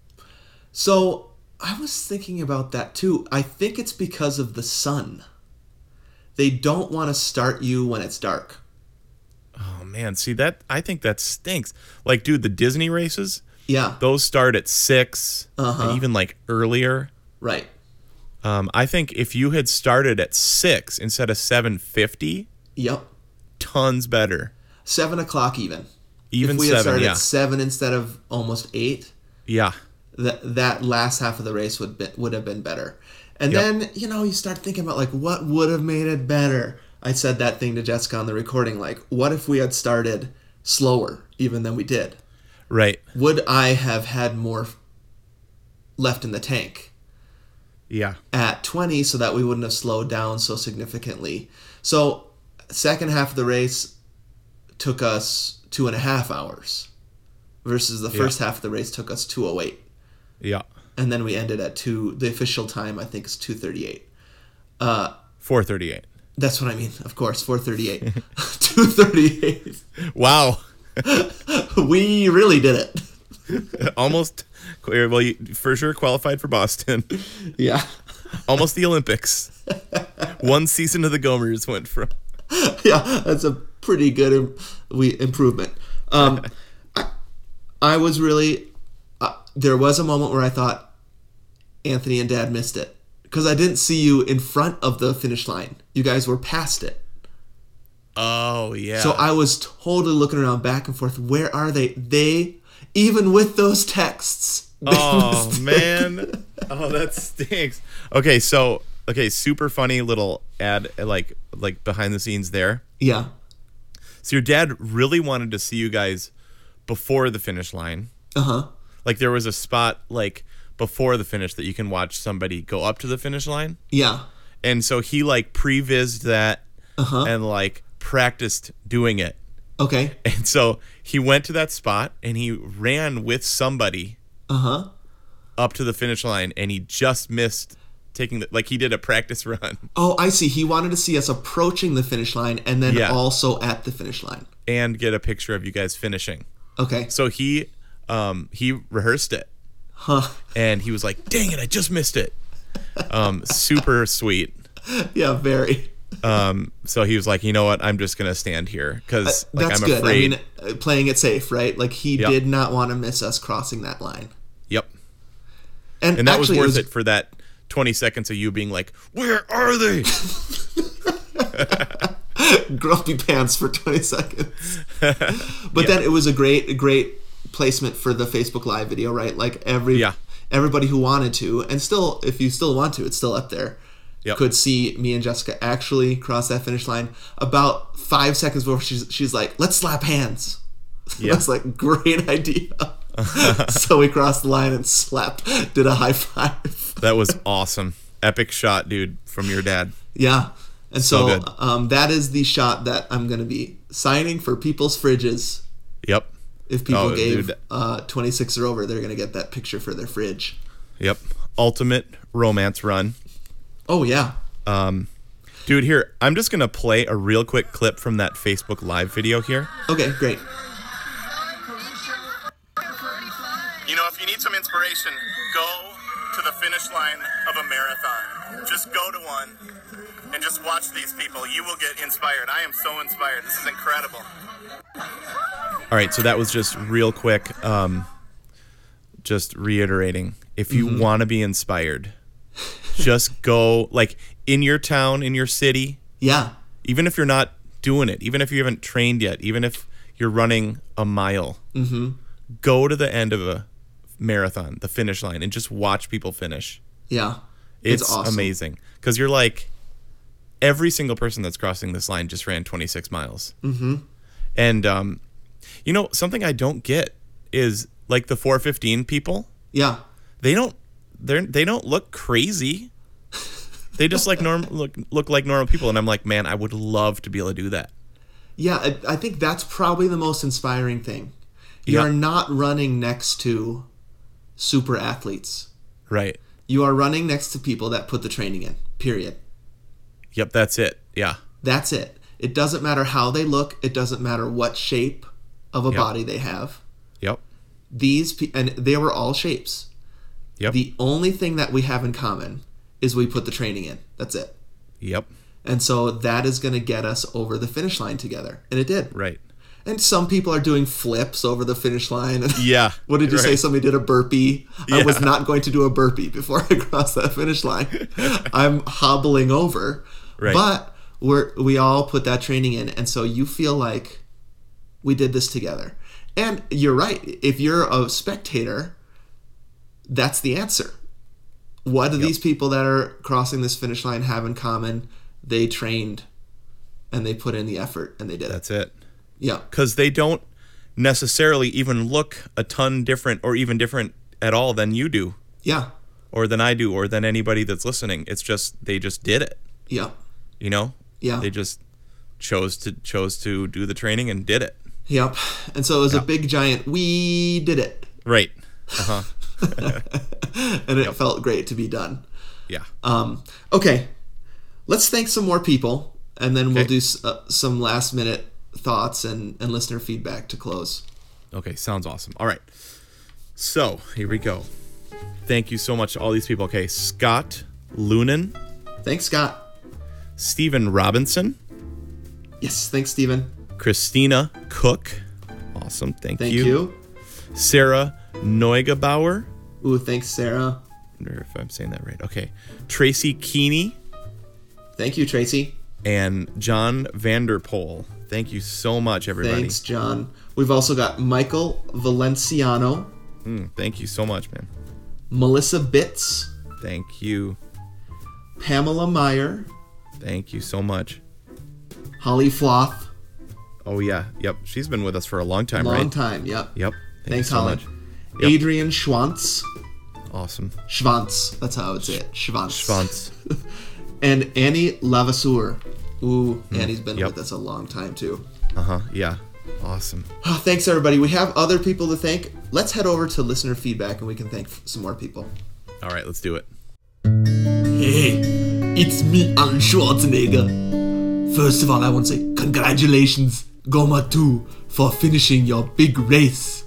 Speaker 1: So I was thinking about that too. I think it's because of the sun. They don't want to start you when it's dark.
Speaker 3: Oh man, see that I think that stinks. Like dude, the Disney races,
Speaker 1: Yeah.
Speaker 3: those start at 6 and even like earlier.
Speaker 1: Right.
Speaker 3: Um, I think if you had started at 6 instead of 7:50,
Speaker 1: Yep.
Speaker 3: tons better.
Speaker 1: Seven o'clock even.
Speaker 3: Even
Speaker 1: if we had
Speaker 3: 7,
Speaker 1: started
Speaker 3: yeah.
Speaker 1: at seven instead of almost eight,
Speaker 3: yeah.
Speaker 1: that that last half of the race would be, would have been better. And
Speaker 3: Yep.
Speaker 1: then you know you start thinking about like what would have made it better. I said that thing to Jessica on the recording. Like, what if we had started slower even than we did?
Speaker 3: Right.
Speaker 1: Would I have had more left in the tank?
Speaker 3: Yeah.
Speaker 1: at 20 so that we wouldn't have slowed down so significantly. So, second half of the race took us two and a half hours versus the first half of the race took us 208.
Speaker 3: Yeah.
Speaker 1: And then we ended at two. The official time, I think, is 238.
Speaker 3: 4:38.
Speaker 1: That's what I mean, of course, 438. 238.
Speaker 3: Wow.
Speaker 1: We really did it.
Speaker 3: Almost well, you for sure qualified for Boston.
Speaker 1: Yeah.
Speaker 3: Almost the Olympics. One season of the Gomers went from.
Speaker 1: yeah, that's a pretty good Im- we improvement. Um, I, I was really uh, there was a moment where I thought Anthony and Dad missed it because I didn't see you in front of the finish line. You guys were past it,
Speaker 3: Oh yeah.
Speaker 1: so I was totally looking around back and forth. Where are they? They even with those texts. they
Speaker 3: Oh
Speaker 1: missed it.
Speaker 3: man. Oh, that stinks. Okay, so okay, super funny little ad like like behind the scenes there.
Speaker 1: Yeah.
Speaker 3: So your dad really wanted to see you guys before the finish line.
Speaker 1: Uh huh.
Speaker 3: Like there was a spot like before the finish that you can watch somebody go up to the finish line.
Speaker 1: Yeah.
Speaker 3: And so he like prevised that
Speaker 1: Uh-huh.
Speaker 3: and like practiced doing it.
Speaker 1: Okay.
Speaker 3: And so he went to that spot and he ran with somebody
Speaker 1: Uh huh.
Speaker 3: up to the finish line and he just missed taking the like he did a practice run
Speaker 1: Oh, I see. He wanted to see us approaching the finish line and then
Speaker 3: Yeah.
Speaker 1: also at the finish line.
Speaker 3: and get a picture of you guys finishing.
Speaker 1: Okay.
Speaker 3: So he um he rehearsed it
Speaker 1: Huh.
Speaker 3: and he was like, "Dang it, I just missed it." Um super sweet.
Speaker 1: Yeah, very.
Speaker 3: Um so he was like, "You know what? I'm just going to stand here cuz like
Speaker 1: Uh, That's
Speaker 3: I'm
Speaker 1: good.
Speaker 3: afraid."
Speaker 1: I mean, uh, playing it safe, right? Like he
Speaker 3: Yep.
Speaker 1: did not want to miss us crossing that line.
Speaker 3: yep.
Speaker 1: And,
Speaker 3: And that
Speaker 1: actually,
Speaker 3: was worth
Speaker 1: was-
Speaker 3: it for that 20 seconds of you being like, "Where are they?"
Speaker 1: grumpy pants for 20 seconds. but then it was a great, great placement for the Facebook Live video, right? Like every
Speaker 3: Yeah.
Speaker 1: everybody who wanted to, and still, if you still want to, it's still up there.
Speaker 3: Yep.
Speaker 1: Could see me and Jessica actually cross that finish line about five seconds before she's, she's like, "Let's slap hands."
Speaker 3: Yeah.
Speaker 1: That's like great idea. so we crossed the line and slapped, did a high five.
Speaker 3: that was awesome. Epic shot, dude, from your dad.
Speaker 1: Yeah. And so,
Speaker 3: good.
Speaker 1: um, that is the shot that I'm going to be signing for people's fridges.
Speaker 3: Yep.
Speaker 1: If people
Speaker 3: Oh,
Speaker 1: gave
Speaker 3: dude.
Speaker 1: uh, 26 or over, they're going to get that picture for their fridge.
Speaker 3: Yep. Ultimate romance run.
Speaker 1: Oh, yeah.
Speaker 3: Dude, here, I'm just going to play a real quick clip from that Facebook Live video here.
Speaker 1: Okay, great.
Speaker 8: You know, if you need some inspiration, go to the finish line of a marathon. Just go to one and just watch these people. You will get inspired. I am so inspired. This is incredible.
Speaker 3: All right, so that was just real quick um just reiterating. If you want to be inspired, just go like in your town, in your city,
Speaker 1: Yeah.
Speaker 3: even if you're not doing it, even if you haven't trained yet, even if you're running a mile, Mm-hmm. go to the end of a marathon, the finish line, and just watch people finish.
Speaker 1: Yeah.
Speaker 3: It's, amazing because you're like every single person that's crossing this line just ran 26 miles. Mm-hmm. And um, you know something I don't get is like the 415 people.
Speaker 1: Yeah.
Speaker 3: They don't they they don't look crazy. They just like norm look look like normal people, and I'm like, man, I would love to be able to do that.
Speaker 1: Yeah. I, I think that's probably the most inspiring thing. You're
Speaker 3: Yeah.
Speaker 1: not running next to super athletes,
Speaker 3: Right.
Speaker 1: you are running next to people that put the training in, period.
Speaker 3: Yep. That's it. Yeah.
Speaker 1: That's it. It doesn't matter how they look. It doesn't matter what shape of a body they have.
Speaker 3: Yep.
Speaker 1: These pe- and they were all shapes.
Speaker 3: Yep.
Speaker 1: The only thing that we have in common is we put the training in. That's it.
Speaker 3: yep.
Speaker 1: And so that is going to get us over the finish line together. And it did.
Speaker 3: Right.
Speaker 1: And some people are doing flips over the finish line.
Speaker 3: Yeah.
Speaker 1: What did you say?
Speaker 3: right.
Speaker 1: Somebody did a burpee. I
Speaker 3: Yeah.
Speaker 1: was not going to do a burpee before I crossed that finish line. I'm hobbling over.
Speaker 3: Right.
Speaker 1: But we're we all put that training in, and so you feel like we did this together. And you're right. If you're a spectator, that's the answer. What do these people that are crossing this finish line have in common? They trained, and they put in the effort, and they did it.
Speaker 3: That's it.
Speaker 1: Yeah.
Speaker 3: Because they don't necessarily even look a ton different or even different at all than you do
Speaker 1: Yeah.
Speaker 3: or than I do or than anybody that's listening. It's just they just did it.
Speaker 1: Yeah.
Speaker 3: You know?
Speaker 1: Yeah.
Speaker 3: They just chose to chose to do the training and did it.
Speaker 1: Yep. And so it was a big giant we did it.
Speaker 3: Right. Uh-huh.
Speaker 1: And it felt great to be done.
Speaker 3: Yeah.
Speaker 1: Um, okay. Let's thank some more people and then we'll
Speaker 3: Okay.
Speaker 1: do s- uh, some last minute thoughts and, and listener feedback to close.
Speaker 3: Okay, sounds awesome. All right. So here we go. Thank you so much to all these people. Okay, Scott Lunan,
Speaker 1: Thanks, Scott.
Speaker 3: Stephen Robinson,
Speaker 1: Yes. Thanks, Stephen.
Speaker 3: Christina Cook. Awesome. Thank,
Speaker 1: Thank you.
Speaker 3: Sarah Neugebauer.
Speaker 1: Ooh, thanks, Sarah.
Speaker 3: wonder if I'm saying that right. Okay. Tracy Keeney
Speaker 1: Thank you, Tracy.
Speaker 3: and John Vanderpool. Thank you so much, everybody.
Speaker 1: Thanks, John. We've also got Michael Valenciano,
Speaker 3: Mm, thank you so much, man.
Speaker 1: Melissa Bitts,
Speaker 3: Thank you.
Speaker 1: Pamela Meyer,
Speaker 3: Thank you so much.
Speaker 1: Holly Floth.
Speaker 3: Oh yeah. Yep. She's been with us for a long time,
Speaker 1: Long
Speaker 3: right?
Speaker 1: time. Yep.
Speaker 3: Yep. Thank
Speaker 1: Thanks,
Speaker 3: you so
Speaker 1: Holly.
Speaker 3: much. Yep.
Speaker 1: Adrian Schwantz.
Speaker 3: Awesome.
Speaker 1: Schwanz. That's how I would say it. Schwanz.
Speaker 3: Schwanz.
Speaker 1: And Annie Lavasseur. Ooh, Annie's been
Speaker 3: Mm, yep.
Speaker 1: with us a long time too.
Speaker 3: Uh huh. Yeah. Awesome.
Speaker 1: Ah, thanks everybody. We have other people to thank. Let's head over to listener feedback and we can thank f- some more people.
Speaker 3: All right. Let's do it.
Speaker 1: Hey, it's me, Alan Schwarzenegger. First of all, I want to say congratulations, Goma 2, for finishing your big race.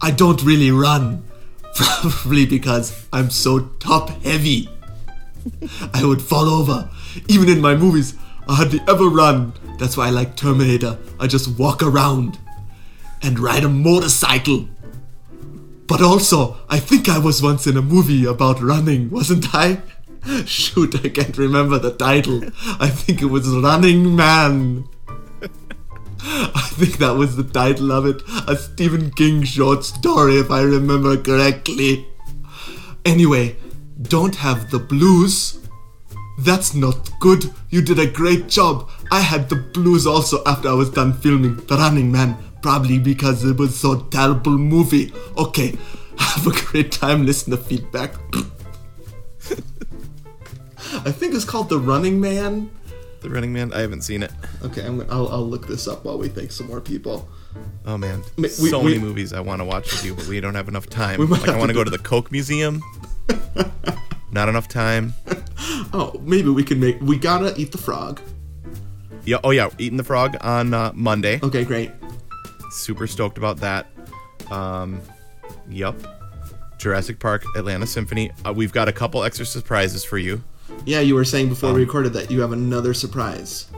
Speaker 1: I don't really run, probably because I'm so top heavy. I would fall over. Even in my movies, I hardly ever run. That's why I like Terminator. I just walk around and ride a motorcycle. But also, I think I was once in a movie about running, wasn't I? Shoot, I can't remember the title. I think it was Running Man. I think that was the title of it. A Stephen King short story, if I remember correctly. Anyway, don't have the blues. That's not good. You did a great job. I had the blues also after I was done filming The Running Man, probably because it was so terrible movie. Okay, have a great time. Listen to feedback. I think it's called The Running Man.
Speaker 3: The Running Man. I haven't seen it.
Speaker 1: Okay, I'm gonna, I'll, I'll look this up while we thank some more people.
Speaker 3: Oh man,
Speaker 1: Ma- we-
Speaker 3: so
Speaker 1: we-
Speaker 3: many movies I want to watch with you, but we don't have enough time.
Speaker 1: might
Speaker 3: Like
Speaker 1: have
Speaker 3: I want
Speaker 1: to
Speaker 3: to go to the Coke Museum. Not enough time.
Speaker 1: Oh, maybe we can make. We gotta eat the frog.
Speaker 3: Yeah. Oh yeah, eating the frog on uh, Monday.
Speaker 1: Okay, great.
Speaker 3: Super stoked about that. Um, yup. Jurassic Park, Atlanta Symphony. Uh, we've got a couple extra surprises for you.
Speaker 1: Yeah, you were saying before we recorded that you have another surprise.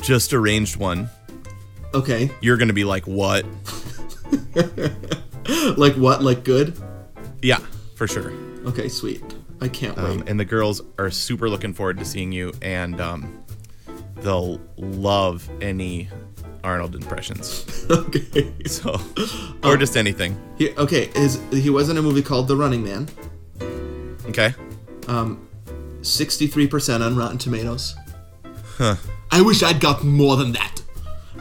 Speaker 3: Just arranged one.
Speaker 1: Okay,
Speaker 3: You're gonna be like, what?
Speaker 1: like what? Like good?
Speaker 3: Yeah, for sure.
Speaker 1: Okay, sweet. I can't
Speaker 3: Um,
Speaker 1: wait.
Speaker 3: and the girls are super looking forward to seeing you, and um, they'll love any Arnold impressions.
Speaker 1: Okay.
Speaker 3: So,
Speaker 1: Um,
Speaker 3: or just anything.
Speaker 1: He, okay, his, he was in a movie called The Running Man.
Speaker 3: Okay.
Speaker 1: 63% on Rotten Tomatoes. I wish I'd gotten more than that.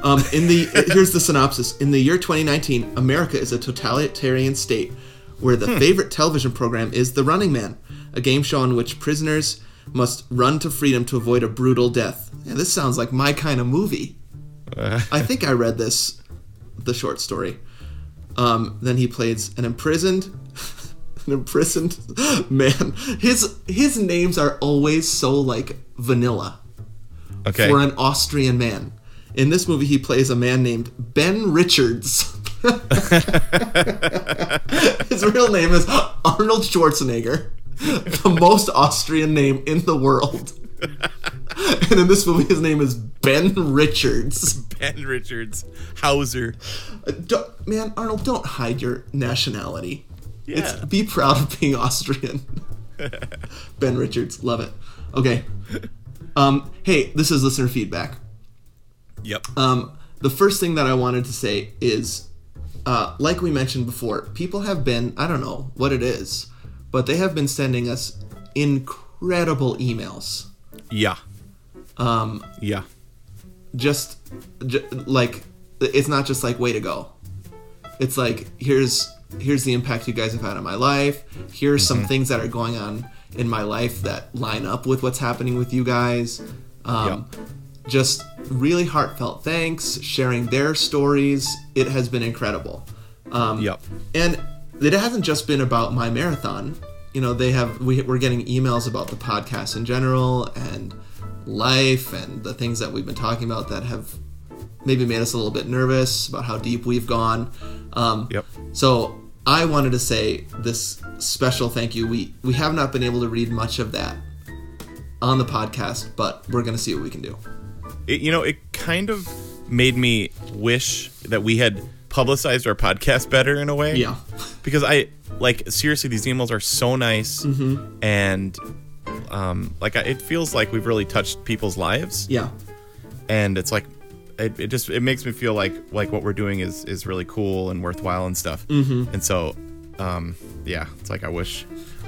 Speaker 1: Um, in the here's the synopsis. In the year 2019, America is a totalitarian state where the favorite television program is The Running Man, a game show in which prisoners must run to freedom to avoid a brutal death. Yeah, this sounds like my kind of movie. I think I read this, the short story. Um, then he plays an imprisoned, an imprisoned man. His his names are always so like vanilla.
Speaker 3: Okay.
Speaker 1: for an Austrian man. In this movie, he plays a man named Ben Richards. His real name is Arnold Schwarzenegger, the most Austrian name in the world. And in this movie, his name is Ben Richards.
Speaker 3: Ben Richards, Hauser.
Speaker 1: Uh, don't- man, Arnold, don't hide your nationality.
Speaker 3: Yeah.
Speaker 1: It's, be proud of being Austrian. ben Richards, love it. Okay. Um, hey, this is listener feedback.
Speaker 3: Yep.
Speaker 1: Um, the first thing that I wanted to say is, uh, like we mentioned before, people have been, I don't know what it is, but they have been sending us incredible emails.
Speaker 3: yeah. Um. Yeah.
Speaker 1: Just, j- like, it's not just like, way to go. It's like, here's here's the impact you guys have had on my life. Here's some things that are going on in my life that line up with what's happening with you guys. Um,
Speaker 3: yep.
Speaker 1: just really heartfelt thanks, sharing their stories. It has been incredible. Um,
Speaker 3: Yep.
Speaker 1: And it hasn't just been about my marathon. You know, they have we, we're getting emails about the podcast in general and life and the things that we've been talking about that have maybe made us a little bit nervous about how deep we've gone. Um,
Speaker 3: Yep.
Speaker 1: So I wanted to say this special thank you. We we have not been able to read much of that on the podcast, but we're gonna see what we can do.
Speaker 3: It, you know, it kind of made me wish that we had publicized our podcast better in a way.
Speaker 1: Yeah.
Speaker 3: because I like seriously, these emails are so nice,
Speaker 1: Mm-hmm.
Speaker 3: and um, like I, it feels like we've really touched people's lives,
Speaker 1: Yeah.
Speaker 3: and it's like it, it just it makes me feel like like what we're doing is is really cool and worthwhile and stuff. Mm-hmm. And so, um, yeah, it's like I wish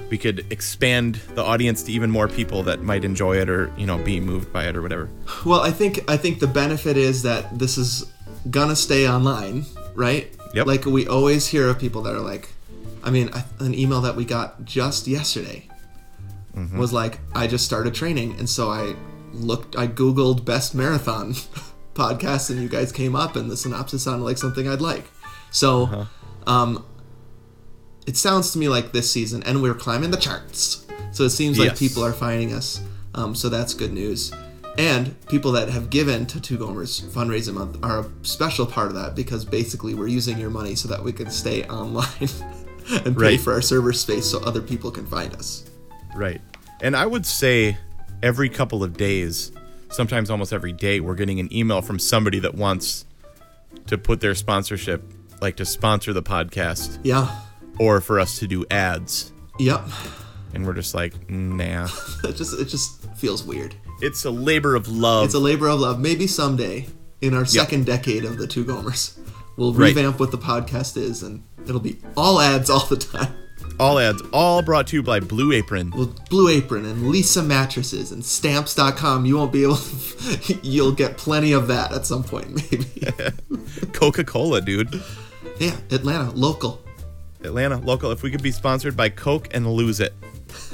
Speaker 3: we could expand the audience to even more people that might enjoy it or you know be moved by it or whatever.
Speaker 1: Well, I think I think the benefit is that this is gonna stay online, right?
Speaker 3: Yep.
Speaker 1: Like we always hear of people that are like, I mean, I- an email that we got just yesterday
Speaker 3: Mm-hmm.
Speaker 1: was like, I just started training, and so I looked, I googled best marathon podcasts, and you guys came up, and the synopsis sounded like something I'd like. So,
Speaker 3: Uh-huh.
Speaker 1: um, it sounds to me like this season, and we're climbing the charts. So it seems like
Speaker 3: Yes.
Speaker 1: people are finding us. Um, so that's good news. And people that have given to Two Gomers Fundraising Month are a special part of that because basically we're using your money so that we can stay online and pay
Speaker 3: Right.
Speaker 1: for our server space so other people can find us.
Speaker 3: Right. And I would say every couple of days, sometimes almost every day, we're getting an email from somebody that wants to put their sponsorship, like to sponsor the podcast
Speaker 1: Yeah.
Speaker 3: or for us to do ads.
Speaker 1: Yep.
Speaker 3: And we're just like, nah.
Speaker 1: It just it just feels weird.
Speaker 3: It's a labor of love.
Speaker 1: It's a labor of love. Maybe someday in our second decade of the Two Gomers, we'll
Speaker 3: Right.
Speaker 1: revamp what the podcast is and it'll be all ads all the time.
Speaker 3: all ads, all brought to you by Blue Apron.
Speaker 1: with Blue Apron and Lisa mattresses and stamps.com. You won't be able you'll get plenty of that at some point maybe.
Speaker 3: Coca Cola, dude.
Speaker 1: yeah, Atlanta, local.
Speaker 3: Atlanta, local. If we could be sponsored by Coke and lose it.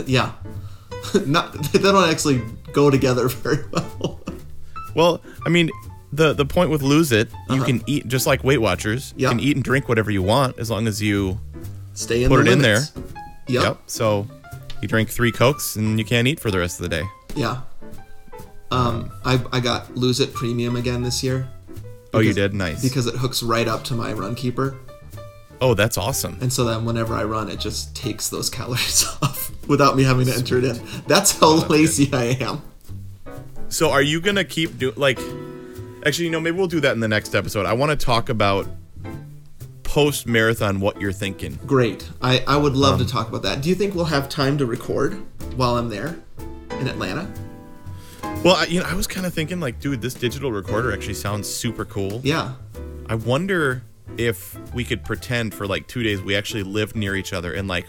Speaker 1: Yeah. Not they don't actually go together very well.
Speaker 3: Well, I mean, the the point with lose it, you
Speaker 1: Uh-huh.
Speaker 3: can eat just like Weight Watchers.
Speaker 1: Yeah.
Speaker 3: You can eat and drink whatever you want as long as you
Speaker 1: Stay in
Speaker 3: Put
Speaker 1: the
Speaker 3: it in
Speaker 1: limits.
Speaker 3: there.
Speaker 1: Yep.
Speaker 3: Yep. So you drink three cokes and you can't eat for the rest of the day.
Speaker 1: Yeah. Um I I got Lose It premium again this year
Speaker 3: oh, you
Speaker 1: Because-
Speaker 3: did nice.
Speaker 1: because it hooks right up to my run keeper
Speaker 3: oh, that's awesome.
Speaker 1: and so then whenever I run it just takes those calories off without me having to enter it in. That's how
Speaker 3: Oh, good.
Speaker 1: lazy I am.
Speaker 3: So are you gonna keep do like? Actually, you know, maybe we'll do that in the next episode. I want to talk about post marathon what you're thinking.
Speaker 1: Great. I, I would love
Speaker 3: Um,
Speaker 1: to talk about that. Do you think we'll have time to record while I'm there in Atlanta?
Speaker 3: Well, I, you know, I was kind of thinking like, dude, this digital recorder actually sounds super cool.
Speaker 1: Yeah.
Speaker 3: I wonder if we could pretend for like two days we actually lived near each other and like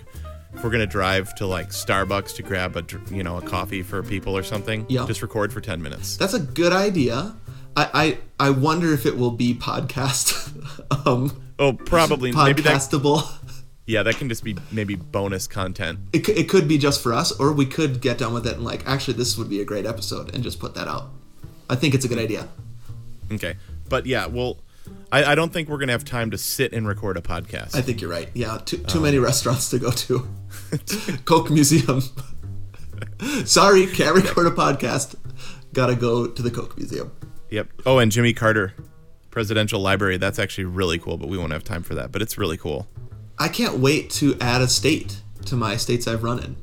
Speaker 3: if we're gonna drive to like Starbucks to grab a dr- you know a coffee for people or something.
Speaker 1: Yeah.
Speaker 3: Just record for ten minutes.
Speaker 1: That's a good idea. I, I, I wonder if it will be podcast um
Speaker 3: Oh, probably. Maybe that.
Speaker 1: podcastable.
Speaker 3: Yeah, that can just be maybe bonus content.
Speaker 1: It, cou- it could be just for us, or we could get done with it and like actually this would be a great episode and just put that out. I think it's a good idea.
Speaker 3: Okay, but yeah, well, I, I don't think we're gonna have time to sit and record a podcast.
Speaker 1: I think you're right. Yeah, too, too many
Speaker 3: Um,
Speaker 1: restaurants to go to. Coke Museum. Sorry, can't record a podcast. gotta go to the Coke Museum.
Speaker 3: Yep. Oh, and Jimmy Carter Presidential Library. That's actually really cool, but we won't have time for that. But it's really cool.
Speaker 1: I can't wait to add a state to my states I've run in.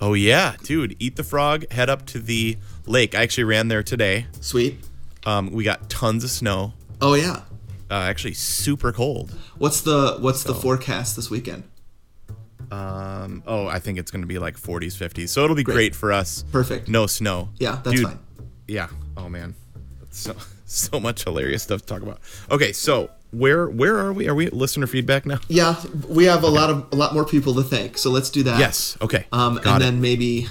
Speaker 3: Oh yeah, dude, eat the frog, head up to the lake. I actually ran there today.
Speaker 1: Sweet.
Speaker 3: Um, we got tons of snow.
Speaker 1: Oh yeah.
Speaker 3: Uh, actually, super cold.
Speaker 1: What's the what's the forecast this weekend?
Speaker 3: Um, oh, I think it's gonna be like 40s, 50s. So it'll be great, for us.
Speaker 1: Perfect.
Speaker 3: No snow.
Speaker 1: Yeah, that's fine.
Speaker 3: Yeah. Oh man, that's so so much hilarious stuff to talk about. Okay, so where where are we? Are we at listener feedback now?
Speaker 1: Yeah, we have a lot of a lot more people to thank, so let's do that.
Speaker 3: Yes. Okay.
Speaker 1: Um,
Speaker 3: Got
Speaker 1: and
Speaker 3: it.
Speaker 1: then maybe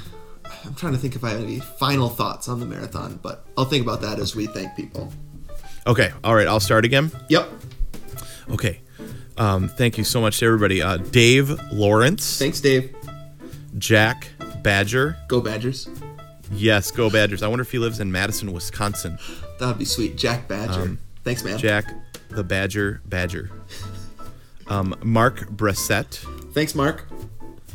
Speaker 1: I'm trying to think if I have any final thoughts on the marathon, but I'll think about that as we thank people.
Speaker 3: Okay. All right. I'll start again.
Speaker 1: Yep.
Speaker 3: Okay. Um, thank you so much to everybody. Uh, Dave Lawrence,
Speaker 1: Thanks, Dave.
Speaker 3: Jack Badger.
Speaker 1: Go Badgers.
Speaker 3: Yes, go Badgers. I wonder if he lives in Madison, Wisconsin.
Speaker 1: That'd be sweet. Jack Badger. Thanks, man.
Speaker 3: Jack the Badger Badger. Um, Mark Brissett.
Speaker 1: Thanks, Mark.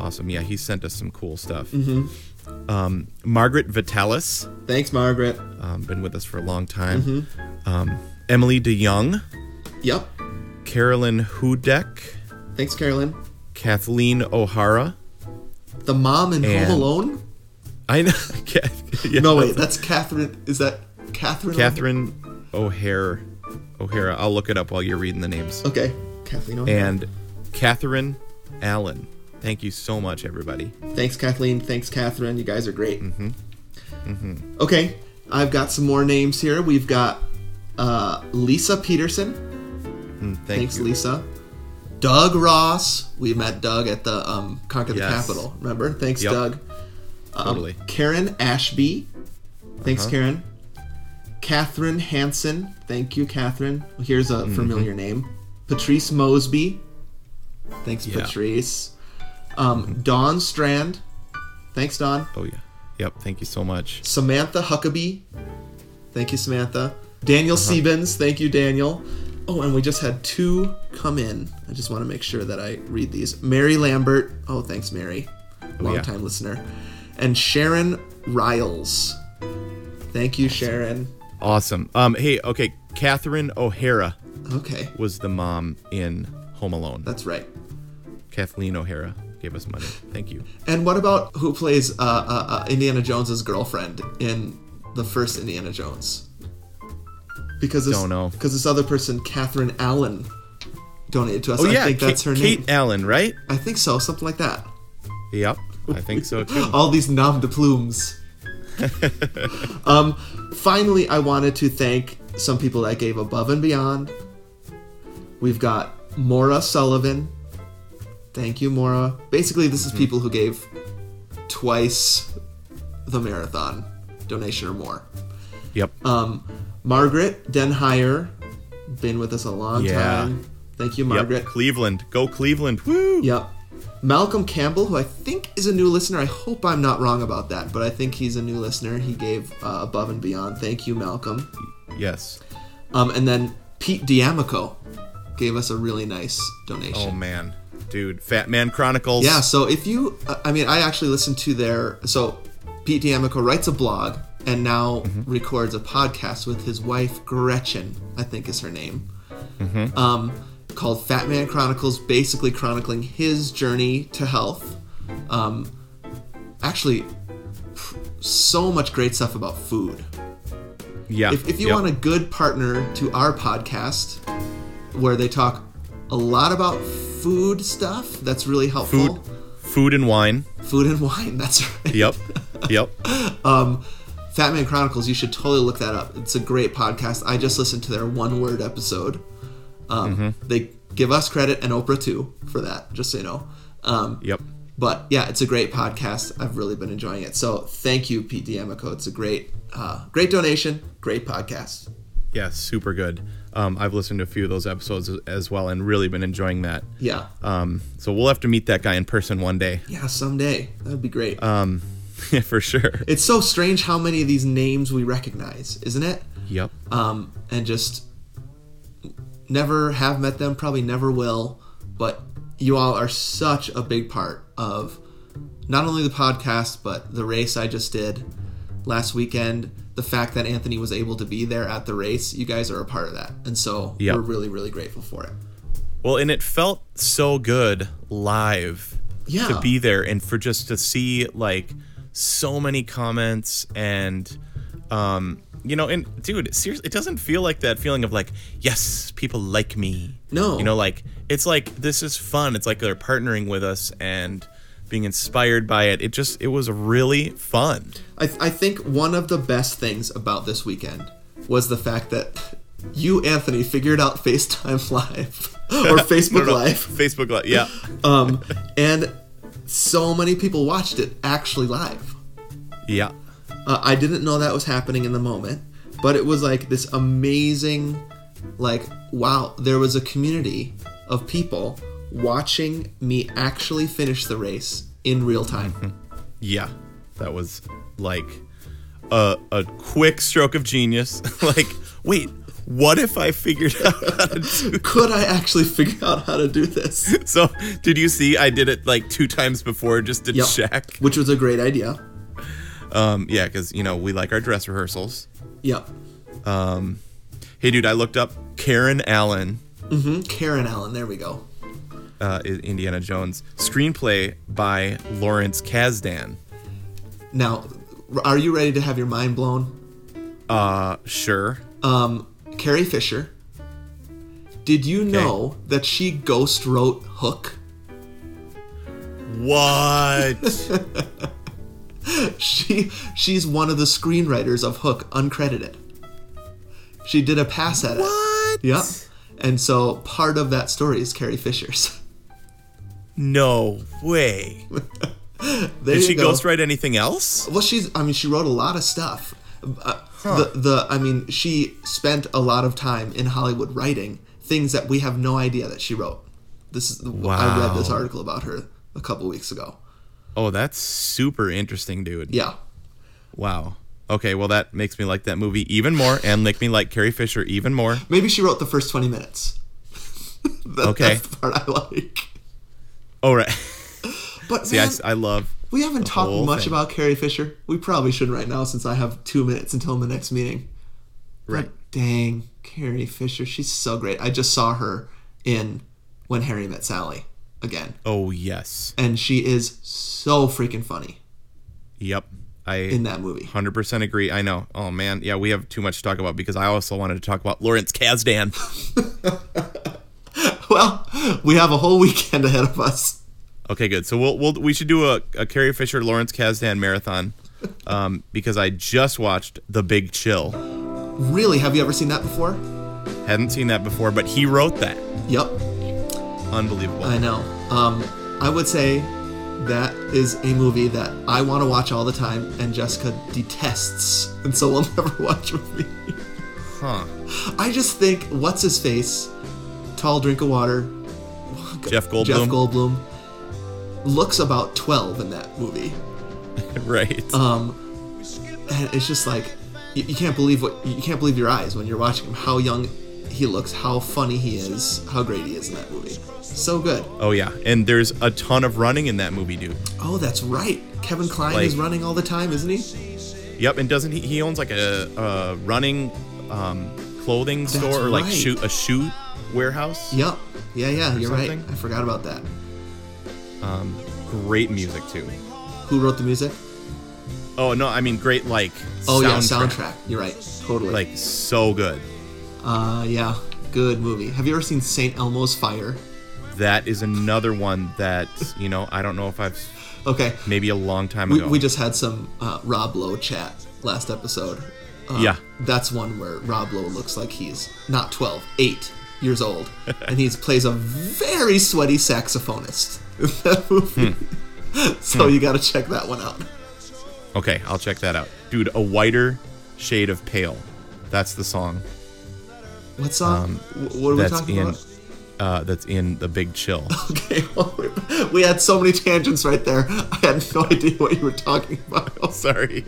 Speaker 3: Awesome. Yeah, he sent us some cool stuff.
Speaker 1: Mm-hmm.
Speaker 3: Um, Margaret Vitalis.
Speaker 1: Thanks, Margaret.
Speaker 3: Um, been with us for a long time.
Speaker 1: Mm-hmm.
Speaker 3: Um, Emily DeYoung.
Speaker 1: Yep.
Speaker 3: Carolyn Hudek.
Speaker 1: Thanks, Carolyn.
Speaker 3: Kathleen O'Hara.
Speaker 1: The mom in
Speaker 3: And-
Speaker 1: Home Alone?
Speaker 3: I know. Yeah,
Speaker 1: No, wait. That's Catherine. Is that Catherine?
Speaker 3: Catherine O'Hare, O'Hara. I'll look it up while you're reading the names.
Speaker 1: Okay. Kathleen. O'Hara.
Speaker 3: And Catherine Allen. Thank you so much, everybody.
Speaker 1: Thanks, Kathleen. Thanks, Catherine. You guys are great. Mm-hmm. Mm-hmm. Okay, I've got some more names here. We've got uh, Lisa Peterson.
Speaker 3: Mm, Thank
Speaker 1: Thanks,
Speaker 3: you.
Speaker 1: Lisa. Doug Ross. We met Doug at the um, Conquer the
Speaker 3: Yes.
Speaker 1: Capitol. Remember? Thanks,
Speaker 3: Yep.
Speaker 1: Doug. Um,
Speaker 3: Totally. Uh-huh.
Speaker 1: Karen Ashby. Thanks, Karen. Catherine Hansen. Thank you, Catherine. Here's a
Speaker 3: Mm-hmm.
Speaker 1: familiar name. Patrice Mosby. Thanks,
Speaker 3: Yeah. Mm-hmm.
Speaker 1: Patrice. Um, Dawn Strand. Thanks, Dawn.
Speaker 3: Oh yeah. Yep. Thank you so much.
Speaker 1: Samantha Huckabee. Thank you, Samantha. Daniel Siebens. Thank you, Daniel. Oh, and we just had two come in. I just want to make sure that I read these. Mary Lambert. Oh, thanks, Mary. Long
Speaker 3: yeah.
Speaker 1: time listener. And Sharon Riles. Thank you, Sharon.
Speaker 3: Awesome. Um. Hey. Okay. Catherine O'Hara
Speaker 1: Okay,
Speaker 3: was the mom in Home Alone.
Speaker 1: that's right.
Speaker 3: Kathleen O'Hara gave us money. Thank you.
Speaker 1: And what about who plays uh, uh, uh, Indiana Jones's girlfriend in the first Indiana Jones? Because this,
Speaker 3: Don't know.
Speaker 1: Because this other person, Catherine Allen, donated to us.
Speaker 3: Oh
Speaker 1: I
Speaker 3: yeah.
Speaker 1: think
Speaker 3: Ka-
Speaker 1: that's her
Speaker 3: Kate
Speaker 1: name.
Speaker 3: Allen, right?
Speaker 1: I think so, something like that.
Speaker 3: Yep. I think so too.
Speaker 1: All these nom de plumes. um, finally, I wanted to thank some people that gave above and beyond. We've got Mora Sullivan. Thank you, Mora. Basically, this
Speaker 3: Mm-hmm.
Speaker 1: is people who gave twice the marathon donation or more.
Speaker 3: Yep.
Speaker 1: Um, Margaret Denhire, been with us a long
Speaker 3: Yeah.
Speaker 1: time. Thank you, Margaret.
Speaker 3: Yep. Cleveland. Go Cleveland. Woo.
Speaker 1: Yep. Malcolm Campbell, who I think is a new listener. I hope I'm not wrong about that, but I think he's a new listener. He gave uh, Above and Beyond. Thank you, Malcolm.
Speaker 3: Yes.
Speaker 1: Um, and then Pete D'Amico gave us a really nice
Speaker 3: Oh
Speaker 1: donation.
Speaker 3: man, dude, Fat Man Chronicles.
Speaker 1: yeah, so if you, uh, I- I mean, I actually listened to their, so Pete D'Amico writes a blog and now
Speaker 3: Mm-hmm.
Speaker 1: records a podcast with his wife, Gretchen, I think is her name.
Speaker 3: Mm-hmm.
Speaker 1: um, called Fat Man Chronicles, basically chronicling his journey to health. Um, actually, pr- so much great stuff about food.
Speaker 3: yeah.
Speaker 1: If, if you
Speaker 3: yep.
Speaker 1: want a good partner to our podcast, where they talk a lot about food stuff, that's really helpful.
Speaker 3: food, food and wine.
Speaker 1: Food and wine, that's right.
Speaker 3: Yep, yep.
Speaker 1: Um, Fat Man Chronicles, you should totally look that up. It's a great podcast. I just listened to their one word episode. Um,
Speaker 3: Mm-hmm.
Speaker 1: They give us credit and Oprah too for that, just so you know. Um,
Speaker 3: Yep.
Speaker 1: But yeah, it's a great podcast. I've really been enjoying it. So thank you, Pete D'Amico. It's a great, uh, great donation, great podcast.
Speaker 3: Yeah, super good. Um, I've listened to a few of those episodes as- as well and really been enjoying that.
Speaker 1: Yeah.
Speaker 3: Um, so we'll have to meet that guy in person one day.
Speaker 1: Yeah, someday. That would be great.
Speaker 3: Um, for sure.
Speaker 1: it's so strange how many of these names we recognize, isn't it?
Speaker 3: Yep.
Speaker 1: um, and just never have met them, probably never will. But you all are such a big part of not only the podcast, but the race I just did last weekend, the the fact that Anthony was able to be there at the race, you guys are a part of that. And so
Speaker 3: Yeah.
Speaker 1: we're really, really grateful for it.
Speaker 3: Well, and it felt so good live
Speaker 1: Yeah.
Speaker 3: to be there and for just to see like so many comments and um you know and dude seriously it doesn't feel like that feeling of like yes people like me
Speaker 1: No.
Speaker 3: you know like it's like this is fun it's like they're partnering with us and being inspired by it it just it was really fun
Speaker 1: I, I think one of the best things about this weekend was the fact that you, Anthony, figured out FaceTime Live or Facebook Live.
Speaker 3: facebook live yeah
Speaker 1: Um, and so many people watched it actually live.
Speaker 3: yeah
Speaker 1: Uh, I didn't know that was happening in the moment, but it was like this amazing, like, wow, there was a community of people watching me actually finish the race in real time.
Speaker 3: Yeah, that was like a, a quick stroke of genius. like, wait, what if I figured out how to do
Speaker 1: Could I actually figure out how to do this?
Speaker 3: So, did you see I did it like two times before just to
Speaker 1: Yep.
Speaker 3: check?
Speaker 1: Which was a great idea.
Speaker 3: Um, yeah, because, you know, we like our dress rehearsals. Um,
Speaker 1: Yep.
Speaker 3: Hey, dude, I looked up Karen Allen,
Speaker 1: Hmm, Karen Allen, there we go.
Speaker 3: uh, in- Indiana Jones, screenplay by Lawrence Kasdan.
Speaker 1: Now, are you ready to have your mind blown?
Speaker 3: Uh, sure.
Speaker 1: Um, Carrie Fisher. Did you know that she ghost wrote Hook?
Speaker 3: What?
Speaker 1: She she's one of the screenwriters of Hook, uncredited. She did a pass at
Speaker 3: what?
Speaker 1: it. Yep. And so part of that story is Carrie Fisher's.
Speaker 3: No way.
Speaker 1: There
Speaker 3: Did
Speaker 1: you
Speaker 3: she
Speaker 1: go.
Speaker 3: ghostwrite anything else?
Speaker 1: Well, she's. I mean, she wrote a lot of stuff. Uh, The the. I mean, she spent a lot of time in Hollywood writing things that we have no idea that she wrote. This is. I read this
Speaker 3: Wow.
Speaker 1: article about her a couple weeks ago.
Speaker 3: Oh, that's super interesting, dude.
Speaker 1: Yeah.
Speaker 3: Wow. Okay, well that makes me like that movie even more and make me like Carrie Fisher even more.
Speaker 1: Maybe she wrote the first twenty minutes. That-
Speaker 3: Okay.
Speaker 1: That's the part I like.
Speaker 3: All Oh, right.
Speaker 1: But
Speaker 3: See, I,
Speaker 1: man,
Speaker 3: s- I love
Speaker 1: we haven't talked
Speaker 3: whole
Speaker 1: much
Speaker 3: thing.
Speaker 1: about Carrie Fisher. We probably should right now since I have two minutes until the next meeting.
Speaker 3: right.
Speaker 1: But dang, Carrie Fisher, she's so great. I just saw her in When Harry Met Sally again.
Speaker 3: Oh yes.
Speaker 1: and she is so freaking funny
Speaker 3: Yep.
Speaker 1: in
Speaker 3: I
Speaker 1: that movie.
Speaker 3: 100% agree. I know. Oh man. Yeah, we have too much to talk about because I also wanted to talk about Lawrence Kasdan.
Speaker 1: Well, we have a whole weekend ahead of us.
Speaker 3: Okay, good. So we'll, we'll we should do a, a Carrie Fisher Lawrence Kasdan marathon. Um, because I just watched The Big Chill.
Speaker 1: Really, have you ever seen that before?
Speaker 3: Hadn't seen that before, but he wrote that.
Speaker 1: Yep,
Speaker 3: Unbelievable.
Speaker 1: I know. Um, I would say that is a movie that I want to watch all the time, and Jessica detests, and so will never watch with me.
Speaker 3: Huh.
Speaker 1: I just think what's his face, tall drink of water,
Speaker 3: Jeff Goldblum.
Speaker 1: Jeff Goldblum, looks about twelve in that movie. Uh,
Speaker 3: right.
Speaker 1: and it's just like you, you can't believe what you can't believe your eyes when you're watching him how young he looks how funny he is how great he is in that movie so good
Speaker 3: Oh yeah, and there's a ton of running in that movie, dude.
Speaker 1: oh that's right kevin klein
Speaker 3: Like-
Speaker 1: is running all the time isn't he
Speaker 3: Yep, and doesn't he? He owns like a, a running um, clothing
Speaker 1: That's
Speaker 3: store or like
Speaker 1: right.
Speaker 3: shoe a shoe warehouse.
Speaker 1: yep yeah yeah you're right
Speaker 3: something?
Speaker 1: i forgot about that
Speaker 3: Great music too.
Speaker 1: who wrote the music
Speaker 3: Oh no, I mean great like
Speaker 1: oh
Speaker 3: soundtrack.
Speaker 1: yeah soundtrack you're right totally
Speaker 3: Like so good.
Speaker 1: uh yeah good movie have you ever seen saint elmo's fire
Speaker 3: That is another one that you know I don't know if I've
Speaker 1: okay
Speaker 3: maybe a long time
Speaker 1: we,
Speaker 3: ago.
Speaker 1: we just had some uh, rob lowe chat last episode Uh,
Speaker 3: Yeah.
Speaker 1: That's one where Rob Lowe looks like he's not 12, 8 years old. And he plays a very sweaty saxophonist in that movie.
Speaker 3: Hmm.
Speaker 1: So you got to check that one out.
Speaker 3: okay, I'll check that out, dude. A whiter shade of pale. That's the song
Speaker 1: What song? Wh- what are we
Speaker 3: Um, that's
Speaker 1: talking
Speaker 3: in
Speaker 1: about?
Speaker 3: uh, that's in the Big Chill.
Speaker 1: Okay, well, we- we had so many tangents right there. I had no idea what you were talking about.
Speaker 3: Sorry.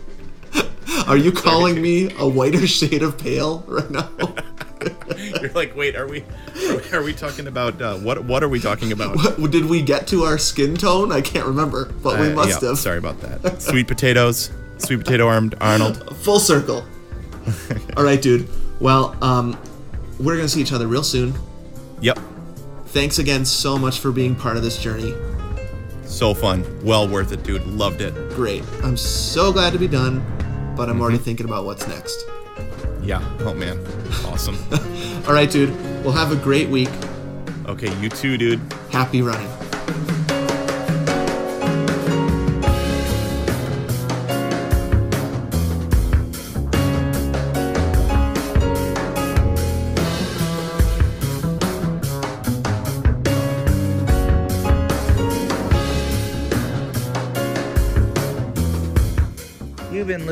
Speaker 1: Are you calling me a whiter shade of pale right now?
Speaker 3: You're like, wait, are we, are we, are we talking about uh, what? What are we talking about?
Speaker 1: Did we get to our skin tone? I can't remember, but we
Speaker 3: Uh,
Speaker 1: must
Speaker 3: yeah,
Speaker 1: have.
Speaker 3: Sorry about that. Sweet potatoes, sweet potato armed Arnold.
Speaker 1: Full circle. All right, dude. Well, um, we're gonna see each other real soon.
Speaker 3: Yep.
Speaker 1: Thanks again so much for being part of this journey.
Speaker 3: So fun. Well worth it, dude. Loved it.
Speaker 1: Great. I'm so glad to be done, but I'm
Speaker 3: Mm-hmm.
Speaker 1: already thinking about what's next.
Speaker 3: Yeah. Oh, man. Awesome.
Speaker 1: All right, dude. Well, have a great week.
Speaker 3: okay, you too, dude.
Speaker 1: Happy running.
Speaker 9: You've been